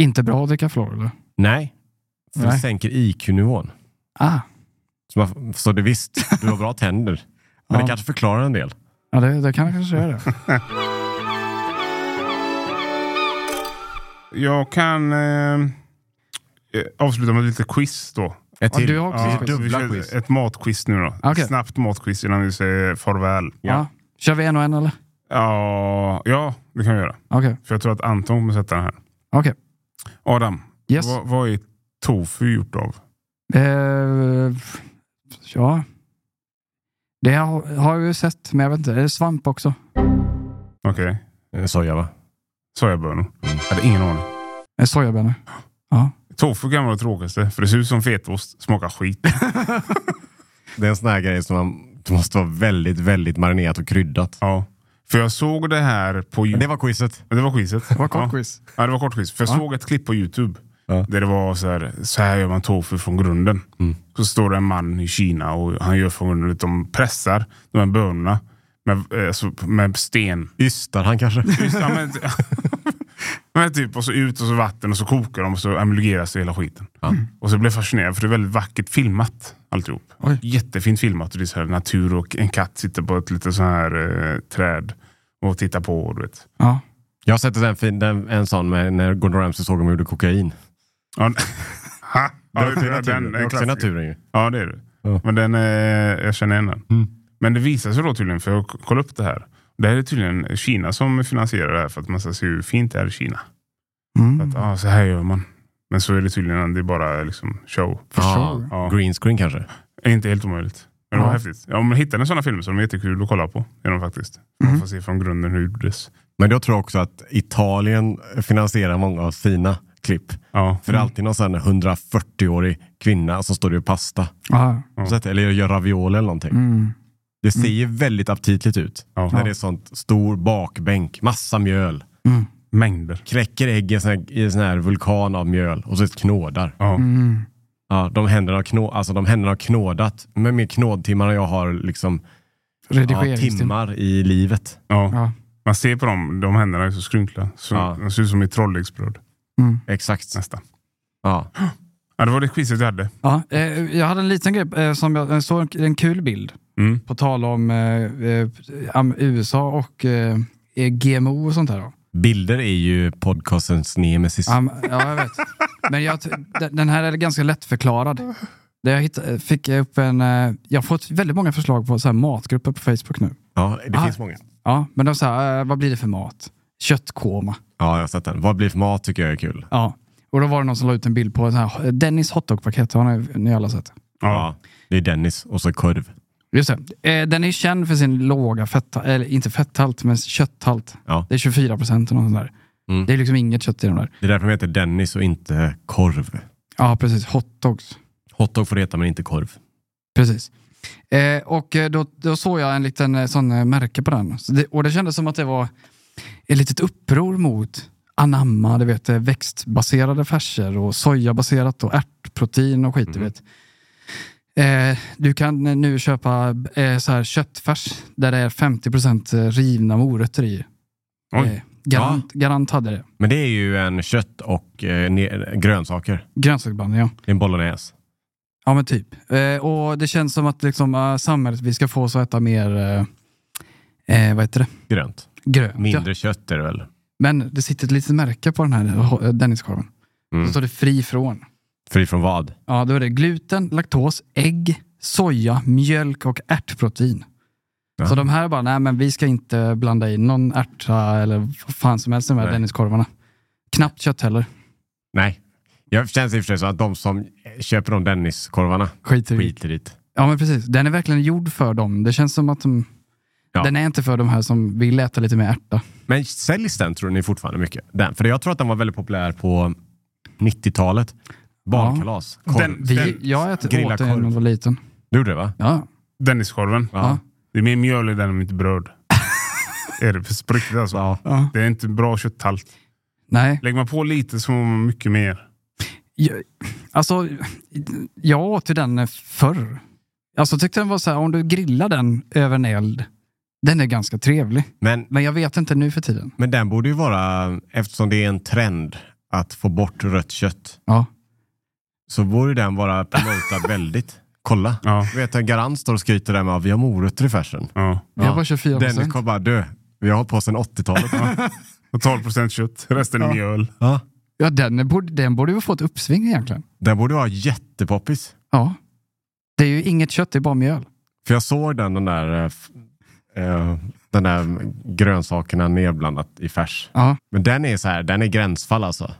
[SPEAKER 2] Inte bra att dricka fluor eller?
[SPEAKER 1] Nej, för det
[SPEAKER 2] Nej.
[SPEAKER 1] sänker IQ-nivån.
[SPEAKER 2] Ah,
[SPEAKER 1] Så, man, så det visst, du har bra tänder. Men
[SPEAKER 2] Ja.
[SPEAKER 1] det kanske förklarar en del.
[SPEAKER 2] ja, det, det kan kanske göra det.
[SPEAKER 3] Jag kan eh, eh, avsluta med lite quiz då.
[SPEAKER 1] Ett
[SPEAKER 2] Ja, du har också
[SPEAKER 3] Ja,
[SPEAKER 2] quiz.
[SPEAKER 3] vi
[SPEAKER 1] dubbla
[SPEAKER 3] kör
[SPEAKER 1] quiz.
[SPEAKER 3] Ett matquiz nu då.
[SPEAKER 2] Okej.
[SPEAKER 3] Snabbt matquiz innan vi säger farväl.
[SPEAKER 2] Ja. Kör vi en och en eller?
[SPEAKER 3] Ja, ja, det kan vi göra.
[SPEAKER 2] Okej.
[SPEAKER 3] För jag tror att Anton kommer sätta den här.
[SPEAKER 2] Okej.
[SPEAKER 3] Adam,
[SPEAKER 2] Yes.
[SPEAKER 3] vad, vad är tofu gjort av?
[SPEAKER 2] Eh, ja. Det har, har jag ju sett, men jag vet inte. Är det svamp också?
[SPEAKER 3] Okej,
[SPEAKER 1] Eh, Soja va?
[SPEAKER 3] sojabönor. Jag hade ingen aning.
[SPEAKER 2] Är det sojabönor?
[SPEAKER 3] Tofu kan vara det tråkigaste, för det ser ut som fetaost, smakar skit.
[SPEAKER 1] Det är en sån här grej som man det måste vara väldigt, väldigt marinerat och kryddat.
[SPEAKER 3] ja. För jag såg det här på
[SPEAKER 1] Men
[SPEAKER 3] YouTube.
[SPEAKER 1] Det var quizet.
[SPEAKER 3] Det var quizet. Det
[SPEAKER 2] var kort
[SPEAKER 3] ja.
[SPEAKER 2] quiz.
[SPEAKER 3] Ja, det var kort quiz. För jag
[SPEAKER 2] Ja.
[SPEAKER 3] såg ett klipp på YouTube
[SPEAKER 1] Ja.
[SPEAKER 3] där det var så här, så här gör man tofu från grunden.
[SPEAKER 1] Mm.
[SPEAKER 3] Så står det en man i Kina och han gör från grunden, de pressar de här bönorna med, eh, så- med sten.
[SPEAKER 1] Ystar han kanske?
[SPEAKER 3] Just, ja, men, men typ, och så ut och så vatten och så kokar de och så emulgeras det hela skiten.
[SPEAKER 1] Ja.
[SPEAKER 3] Och så blev jag fascinerad för det är väldigt vackert filmat alltihop.
[SPEAKER 2] Oj.
[SPEAKER 3] Jättefint filmat och det är så här natur och en katt sitter på ett litet så här eh, träd och tittar på. Du vet.
[SPEAKER 2] Ja.
[SPEAKER 1] Jag har sett en, fin, den, en sån med när Gordon Ramsay såg dem gjorde kokain.
[SPEAKER 3] Ja, ha,
[SPEAKER 1] Det
[SPEAKER 3] ja,
[SPEAKER 1] är också i
[SPEAKER 3] den-
[SPEAKER 1] naturen.
[SPEAKER 3] den
[SPEAKER 1] Det är också i
[SPEAKER 3] klassiker.
[SPEAKER 1] naturen ju.
[SPEAKER 3] Ja, det är det.
[SPEAKER 1] Ja.
[SPEAKER 3] Men den, eh, jag känner igen den.
[SPEAKER 1] Mm.
[SPEAKER 3] Men det visar sig då tydligen, för jag k- kollade upp det här. Det här är tydligen Kina som finansierar det här för att man ska se hur fint det är i Kina.
[SPEAKER 2] Mm.
[SPEAKER 3] Att, ah, så här gör man. Men så är det tydligen, det är bara liksom show.
[SPEAKER 2] For
[SPEAKER 1] Ja,
[SPEAKER 2] sure.
[SPEAKER 3] Ja.
[SPEAKER 1] Green screen kanske?
[SPEAKER 3] Det är inte helt omöjligt. Men det
[SPEAKER 2] Ja.
[SPEAKER 3] var häftigt. Ja, men hittar ni sådana filmer så de är jättekul att kolla på. Är de faktiskt. Man
[SPEAKER 2] Mm.
[SPEAKER 3] får se från grunden hur det gjordes.
[SPEAKER 1] Men jag tror också att Italien finansierar många av sina klipp.
[SPEAKER 3] Ja.
[SPEAKER 1] För det är alltid någon sån här 140-årig kvinna som står och gör pasta.
[SPEAKER 2] Ja,
[SPEAKER 1] Så att- Eller gör ravioli eller någonting.
[SPEAKER 2] Mm.
[SPEAKER 1] Det ser ju väldigt aptitligt ut.
[SPEAKER 3] Ja.
[SPEAKER 1] När det är sånt stor bakbänk, massa mjöl.
[SPEAKER 3] Mängder.
[SPEAKER 1] Kräcker ägg i en sån här, i en sån här vulkan av mjöl och så ett knådar.
[SPEAKER 3] Ja.
[SPEAKER 1] Ja, de händerna har, knå, alltså de händerna har knådat. Men mer knådtimmar än jag har liksom, ja,
[SPEAKER 2] redigeringstid.
[SPEAKER 1] timmar i livet.
[SPEAKER 3] Ja.
[SPEAKER 2] Ja.
[SPEAKER 3] Man ser på dem, de händerna är så skrynkliga. Så,
[SPEAKER 1] Ja.
[SPEAKER 3] De ser ut som i trolldägsbröd
[SPEAKER 1] Exakt.
[SPEAKER 3] nästan.
[SPEAKER 1] Ja.
[SPEAKER 3] Ja, det var det quizet jag hade.
[SPEAKER 2] Ja, eh, jag hade en liten grej eh, som jag jag såg en, en kul bild.
[SPEAKER 3] Mm.
[SPEAKER 2] På tal om eh, eh, am- USA och eh, GMO och sånt där. Då.
[SPEAKER 1] Bilder är ju podcastens nemesis.
[SPEAKER 2] Am- ja, jag vet. Men jag, t- den- den här är ganska lättförklarad. Det jag hitt, eh, fick jag upp en... eh, Jag har fått väldigt många förslag på så här matgrupper på Facebook nu.
[SPEAKER 1] Ja, det
[SPEAKER 2] Ah.
[SPEAKER 1] finns många.
[SPEAKER 2] Ja, men de säger, vad blir det för mat? Köttkoma.
[SPEAKER 1] Ja, jag har sett den. Vad blir för mat tycker jag är kul.
[SPEAKER 2] Ja. Och då var det någon som la ut en bild på en sån här eh, Dennis hotdog-paket. Har ni, ni alla sett?
[SPEAKER 1] Ja. det är Dennis och så korv.
[SPEAKER 2] Just det. Eh, Den är känd för sin låga fetthalt, eller inte fetthalt, men kötthalt.
[SPEAKER 1] Ja.
[SPEAKER 2] Det är 24 procent eller något sånt där.
[SPEAKER 1] Mm.
[SPEAKER 2] Det är liksom inget kött i de där.
[SPEAKER 1] Det är därför de heter Dennis och inte korv.
[SPEAKER 2] Ja, precis. Hotdogs.
[SPEAKER 1] Hotdog får det heta men inte korv.
[SPEAKER 2] Precis. Eh, och eh, då, då såg jag en liten eh, sån eh, märke på den. Så det, och det kändes som att det var ett litet uppror mot anamma, du vet, eh, växtbaserade färser och sojabaserat och ärtprotein och skit, du vet. Eh, du kan eh, nu köpa eh, så här köttfärs där det är 50 rivna morötter i.
[SPEAKER 3] Oj.
[SPEAKER 2] Eh, Garant, garant hade det.
[SPEAKER 1] Men det är ju en kött och eh, ne- grönsaker.
[SPEAKER 2] Grönsaksblandning, ja.
[SPEAKER 1] Det är en bolognese.
[SPEAKER 2] Ja, men typ. Eh, och det känns som att liksom, eh, samhället, vi ska få oss att äta mer, eh, eh, vad heter det?
[SPEAKER 1] Grönt.
[SPEAKER 2] Grönt. Ja.
[SPEAKER 1] Mindre kött är det väl?
[SPEAKER 2] Men det sitter ett litet märke på den här eh, Denniskorven.
[SPEAKER 1] Mm.
[SPEAKER 2] Så står det fri från.
[SPEAKER 1] Fri från vad?
[SPEAKER 2] Ja, då är det gluten, laktos, ägg, soja, mjölk och ärtprotein. Så de här bara, nej men vi ska inte blanda in någon ärta eller vad fan som helst i de här
[SPEAKER 1] Nej.
[SPEAKER 2] Denniskorvarna. Knappt kött heller.
[SPEAKER 1] Nej. Jag känns i och för sig så att de som köper de Dennis-korvarna
[SPEAKER 2] Skiter i.
[SPEAKER 1] skiter i det.
[SPEAKER 2] Ja men precis, den är verkligen gjord för dem. Det känns som att de...
[SPEAKER 1] Ja.
[SPEAKER 2] Den är inte för de här som vill äta lite mer ärta.
[SPEAKER 1] Men säljs den tror ni fortfarande mycket? Den. För jag tror att den var väldigt populär på 90-talet. Barnkalas. Korv.
[SPEAKER 3] Den-
[SPEAKER 2] Vi, jag äter,
[SPEAKER 1] grilla
[SPEAKER 2] åt den när
[SPEAKER 1] korv.
[SPEAKER 2] jag var liten.
[SPEAKER 1] Du gjorde det va?
[SPEAKER 2] Ja.
[SPEAKER 3] Denniskorven.
[SPEAKER 2] Ja.
[SPEAKER 3] Det är mer mjöl i den än inte bröd. är det för på riktigt alltså?
[SPEAKER 2] Ja.
[SPEAKER 3] Det är inte bra kötthalt.
[SPEAKER 2] Nej.
[SPEAKER 3] Lägger man på lite så får man mycket mer.
[SPEAKER 2] Jag, alltså, jag åt ju den förr. Alltså tyckte den var så här, om du grillar den över en eld, den är ganska trevlig.
[SPEAKER 1] Men,
[SPEAKER 2] Men jag vet inte nu för tiden.
[SPEAKER 1] men den borde ju vara, eftersom det är en trend att få bort rött kött,
[SPEAKER 2] Ja.
[SPEAKER 1] så borde den vara promotad väldigt. Kolla.
[SPEAKER 3] Ja.
[SPEAKER 1] Du vet en garant står och skryter där med att vi har morötter i färsen.
[SPEAKER 3] Ja.
[SPEAKER 2] Vi har bara 24
[SPEAKER 1] Dennis
[SPEAKER 2] procent.
[SPEAKER 1] kommer bara dö. Vi har hållit på sedan 80-talet.
[SPEAKER 3] Och 12 procent kött, resten är mjöl.
[SPEAKER 1] ja.
[SPEAKER 2] Ja, den, är, borde- den borde ju få ett uppsving egentligen.
[SPEAKER 1] Den borde vara jättepoppis.
[SPEAKER 2] Ja. Det är ju inget kött, det är bara mjöl.
[SPEAKER 1] För jag såg den, den där, eh, f- eh, den där grönsakerna nedblandat i färs.
[SPEAKER 2] Ja.
[SPEAKER 1] Men den är så här, den är gränsfall alltså.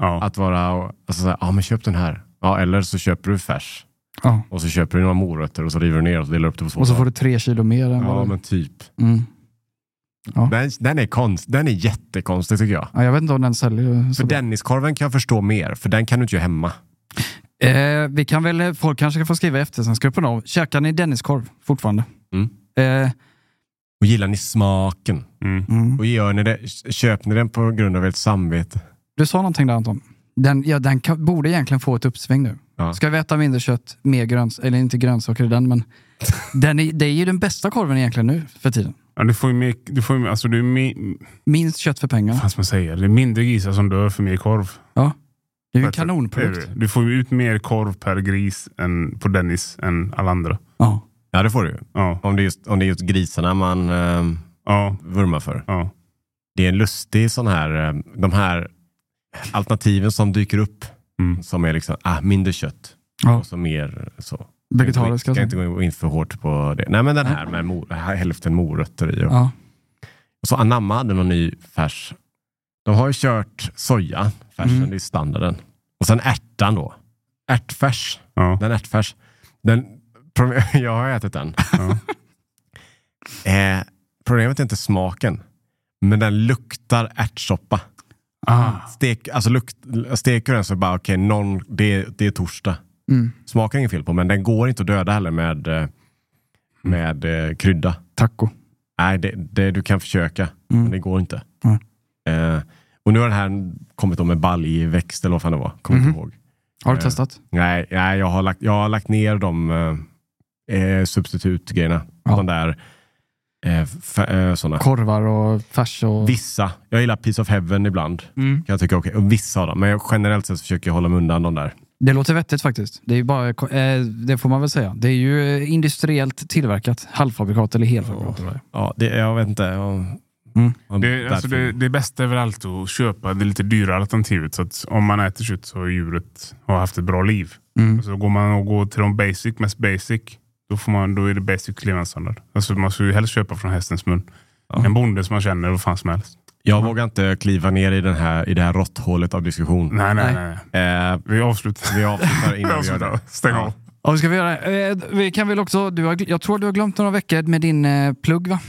[SPEAKER 3] Ja.
[SPEAKER 1] Att vara, alltså så här, ja men köp den här. Ja, eller så köper du färs
[SPEAKER 2] ja.
[SPEAKER 1] och så köper du några morötter och så river du ner och så delar upp det på
[SPEAKER 2] Och så får du tre kilo mer än
[SPEAKER 1] Ja,
[SPEAKER 2] vad du...
[SPEAKER 1] men typ.
[SPEAKER 2] Mm.
[SPEAKER 1] Den, den, är konst, den är jättekonstig tycker jag.
[SPEAKER 2] Ja, jag vet inte om den säljer. så
[SPEAKER 1] För
[SPEAKER 2] bra.
[SPEAKER 1] Denniskorven kan jag förstå mer, för den kan du inte göra hemma.
[SPEAKER 2] Eh, vi kan väl, folk kanske kan få skriva i eftersnacksgruppen då. Käkar ni Denniskorv fortfarande?
[SPEAKER 1] Mm.
[SPEAKER 2] Eh,
[SPEAKER 1] Och gillar ni smaken?
[SPEAKER 3] Mm.
[SPEAKER 2] mm.
[SPEAKER 1] Och gör ni det, köper ni den på grund av ert samvete?
[SPEAKER 2] Du sa någonting där Anton. Den, ja, den kan, borde egentligen få ett uppsving nu.
[SPEAKER 1] Ja.
[SPEAKER 2] Ska vi äta mindre kött, mer gröns, eller inte grönsaker i den, men den är, det är ju den bästa korven egentligen nu för tiden.
[SPEAKER 3] Ja, du får ju mer, du får ju, mer- alltså du är mi,
[SPEAKER 2] Minst kött för pengar.
[SPEAKER 3] vad ska man säga, det är mindre grisar som dör för mer korv.
[SPEAKER 2] Ja. Det är ju en
[SPEAKER 3] Bättre. Det
[SPEAKER 2] kanonprodukt.
[SPEAKER 3] är det. Du får ju ut mer korv per gris än på Dennis än alla andra.
[SPEAKER 2] Ja.
[SPEAKER 1] Ja, det får du ju.
[SPEAKER 3] Ja,
[SPEAKER 1] Om det är just, om det är just grisarna man eh,
[SPEAKER 3] ja,
[SPEAKER 1] vurmar för.
[SPEAKER 3] ja.
[SPEAKER 1] Det är en lustig sån här, eh, de här alternativen som dyker upp.
[SPEAKER 3] Mm.
[SPEAKER 1] Som är liksom, ah, mindre kött.
[SPEAKER 2] Ja.
[SPEAKER 1] Och så mer så.
[SPEAKER 2] Vegetariska.
[SPEAKER 1] Ska
[SPEAKER 2] Alltså.
[SPEAKER 1] inte gå in för hårt på det. Nej, men den här med mor- här- hälften morötter i. Och.
[SPEAKER 2] Ja.
[SPEAKER 1] Och så Anamma hade någon ny färs. De har ju kört soja, färsen,
[SPEAKER 2] Mm.
[SPEAKER 1] det är standarden. Och sen ärtan då. Ärtfärs.
[SPEAKER 3] ja.
[SPEAKER 1] Den ärtfärs. Den, pro- jag har ätit den.
[SPEAKER 3] Ja.
[SPEAKER 1] Eh, problemet är inte smaken, men den luktar ärtsoppa. Stek, alltså lukt, steker den så bara, okej, någon, det, det är torsdag.
[SPEAKER 2] Mm.
[SPEAKER 1] Smaken är ingen fel på, men den går inte att döda heller med, eh, med eh, krydda.
[SPEAKER 2] Taco.
[SPEAKER 1] Nej, det, det, du kan försöka, men det går inte.
[SPEAKER 2] Mm.
[SPEAKER 1] Eh, och nu har den här kommit om med baljväxt eller vad fan det var. Kommer
[SPEAKER 2] Mhm.
[SPEAKER 1] inte ihåg.
[SPEAKER 2] Har du
[SPEAKER 1] Eh,
[SPEAKER 2] testat?
[SPEAKER 1] Nej, nej jag, har lagt, jag har lagt ner de eh, eh, substitutgrejerna.
[SPEAKER 2] Ja.
[SPEAKER 1] De där eh, f- eh, såna.
[SPEAKER 2] Korvar och färs och...
[SPEAKER 1] Vissa. Jag gillar Piece of Heaven ibland.
[SPEAKER 2] Mm.
[SPEAKER 1] Kan jag tycka okej. Och Vissa av dem. Men jag, generellt sett så försöker jag hålla mig undan de där.
[SPEAKER 2] Det låter vettigt faktiskt. Det, är ju bara, eh, det får man väl säga. Det är ju eh, industriellt tillverkat. Halvfabrikat eller helfabrikat. eller vad det är.
[SPEAKER 1] Ja, det, jag vet inte. Jag,
[SPEAKER 2] Mm.
[SPEAKER 1] jag-
[SPEAKER 3] Det, alltså
[SPEAKER 1] därför-
[SPEAKER 3] det, det bästa är väl alltid att köpa det lite dyrare alternativet. Så att om man äter kött så har djuret har haft ett bra liv.
[SPEAKER 2] Mm.
[SPEAKER 3] Så går man och går till de basic, mest basic, då, får man, då är det basic levnadsstandard. Alltså man ska ju helst köpa från hästens mun. En bonde som man känner, vad fan som helst.
[SPEAKER 1] jag vågar inte kliva ner i, den här, i det här råtthålet av diskussion.
[SPEAKER 3] Nej,
[SPEAKER 2] Nej.
[SPEAKER 3] nej, nej. nej.
[SPEAKER 1] Eh,
[SPEAKER 3] Vi avslutar.
[SPEAKER 1] vi avslutar
[SPEAKER 3] Vi
[SPEAKER 1] innan vi gör
[SPEAKER 3] avslutar.
[SPEAKER 1] det.
[SPEAKER 3] Stäng
[SPEAKER 1] Ja.
[SPEAKER 3] av.
[SPEAKER 2] Ja, vad ska vi göra? Eh, vi kan väl också, du har, jag tror du har glömt några veckor med din eh, plugg va?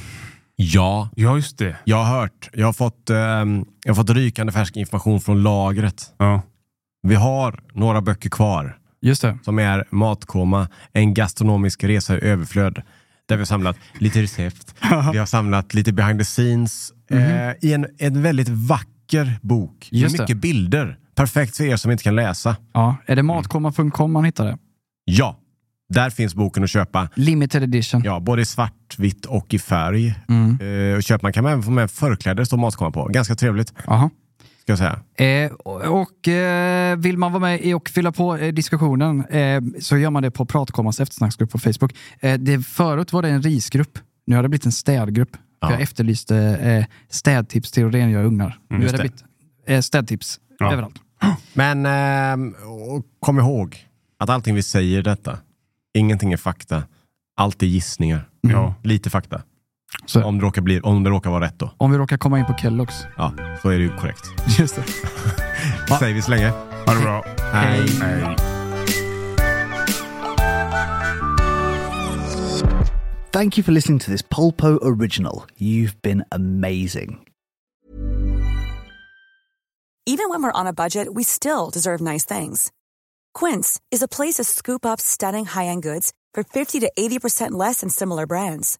[SPEAKER 1] Ja,
[SPEAKER 3] Ja, just det.
[SPEAKER 1] jag har hört. Jag har fått, ehm, jag har fått rykande färsk information från lagret.
[SPEAKER 3] Ja.
[SPEAKER 1] Vi har några böcker kvar.
[SPEAKER 2] Just det.
[SPEAKER 1] som är Matkoma, en gastronomisk resa i överflöd. Där vi har samlat lite recept, vi har samlat lite behind the scenes
[SPEAKER 3] Mhm.
[SPEAKER 1] eh, i en, en väldigt vacker bok. Med
[SPEAKER 2] Just det.
[SPEAKER 1] mycket bilder. Perfekt för er som inte kan läsa.
[SPEAKER 2] Ja. Är det matkomma.com man hittar det?
[SPEAKER 1] Ja, där finns boken att köpa.
[SPEAKER 2] Limited edition.
[SPEAKER 1] Ja, både i svartvitt och i färg.
[SPEAKER 3] Mm.
[SPEAKER 1] Eh, och köpa. Man kan även få med förkläder, står Matkoma på. Ganska trevligt,
[SPEAKER 2] Jaha.
[SPEAKER 1] ska jag säga.
[SPEAKER 2] Eh, och och, eh, vill man vara med i och fylla på eh, diskussionen eh, så gör man det på Pratkommas eftersnacksgrupp på Facebook. Eh, det, förut var det en risgrupp. Nu har det blivit en städgrupp.
[SPEAKER 1] Ja.
[SPEAKER 2] För Jag efterlyste eh, städtips till att rengöra ugnar. nu är Mm, det
[SPEAKER 1] det.
[SPEAKER 2] blivit eh, städtips
[SPEAKER 3] Ja.
[SPEAKER 2] överallt.
[SPEAKER 1] Men ehm, och kom ihåg att allting vi säger i detta, ingenting är fakta. Allt är gissningar.
[SPEAKER 3] Ja.
[SPEAKER 1] Lite fakta.
[SPEAKER 2] Så.
[SPEAKER 1] Om, det råkar bli, om det råkar vara rätt då.
[SPEAKER 2] Om vi råkar komma in på Kelloggs.
[SPEAKER 1] Ja, så är det ju korrekt.
[SPEAKER 2] Just det.
[SPEAKER 1] Säger vi så länge.
[SPEAKER 3] Ha det bra.
[SPEAKER 1] Hej.
[SPEAKER 3] Hej.
[SPEAKER 8] Thank you for listening to this Polpo original. You've been amazing.
[SPEAKER 9] Even when we're on a budget, we still deserve nice things. Quince is a place to scoop up stunning high end goods for 50 to 80% less than similar brands.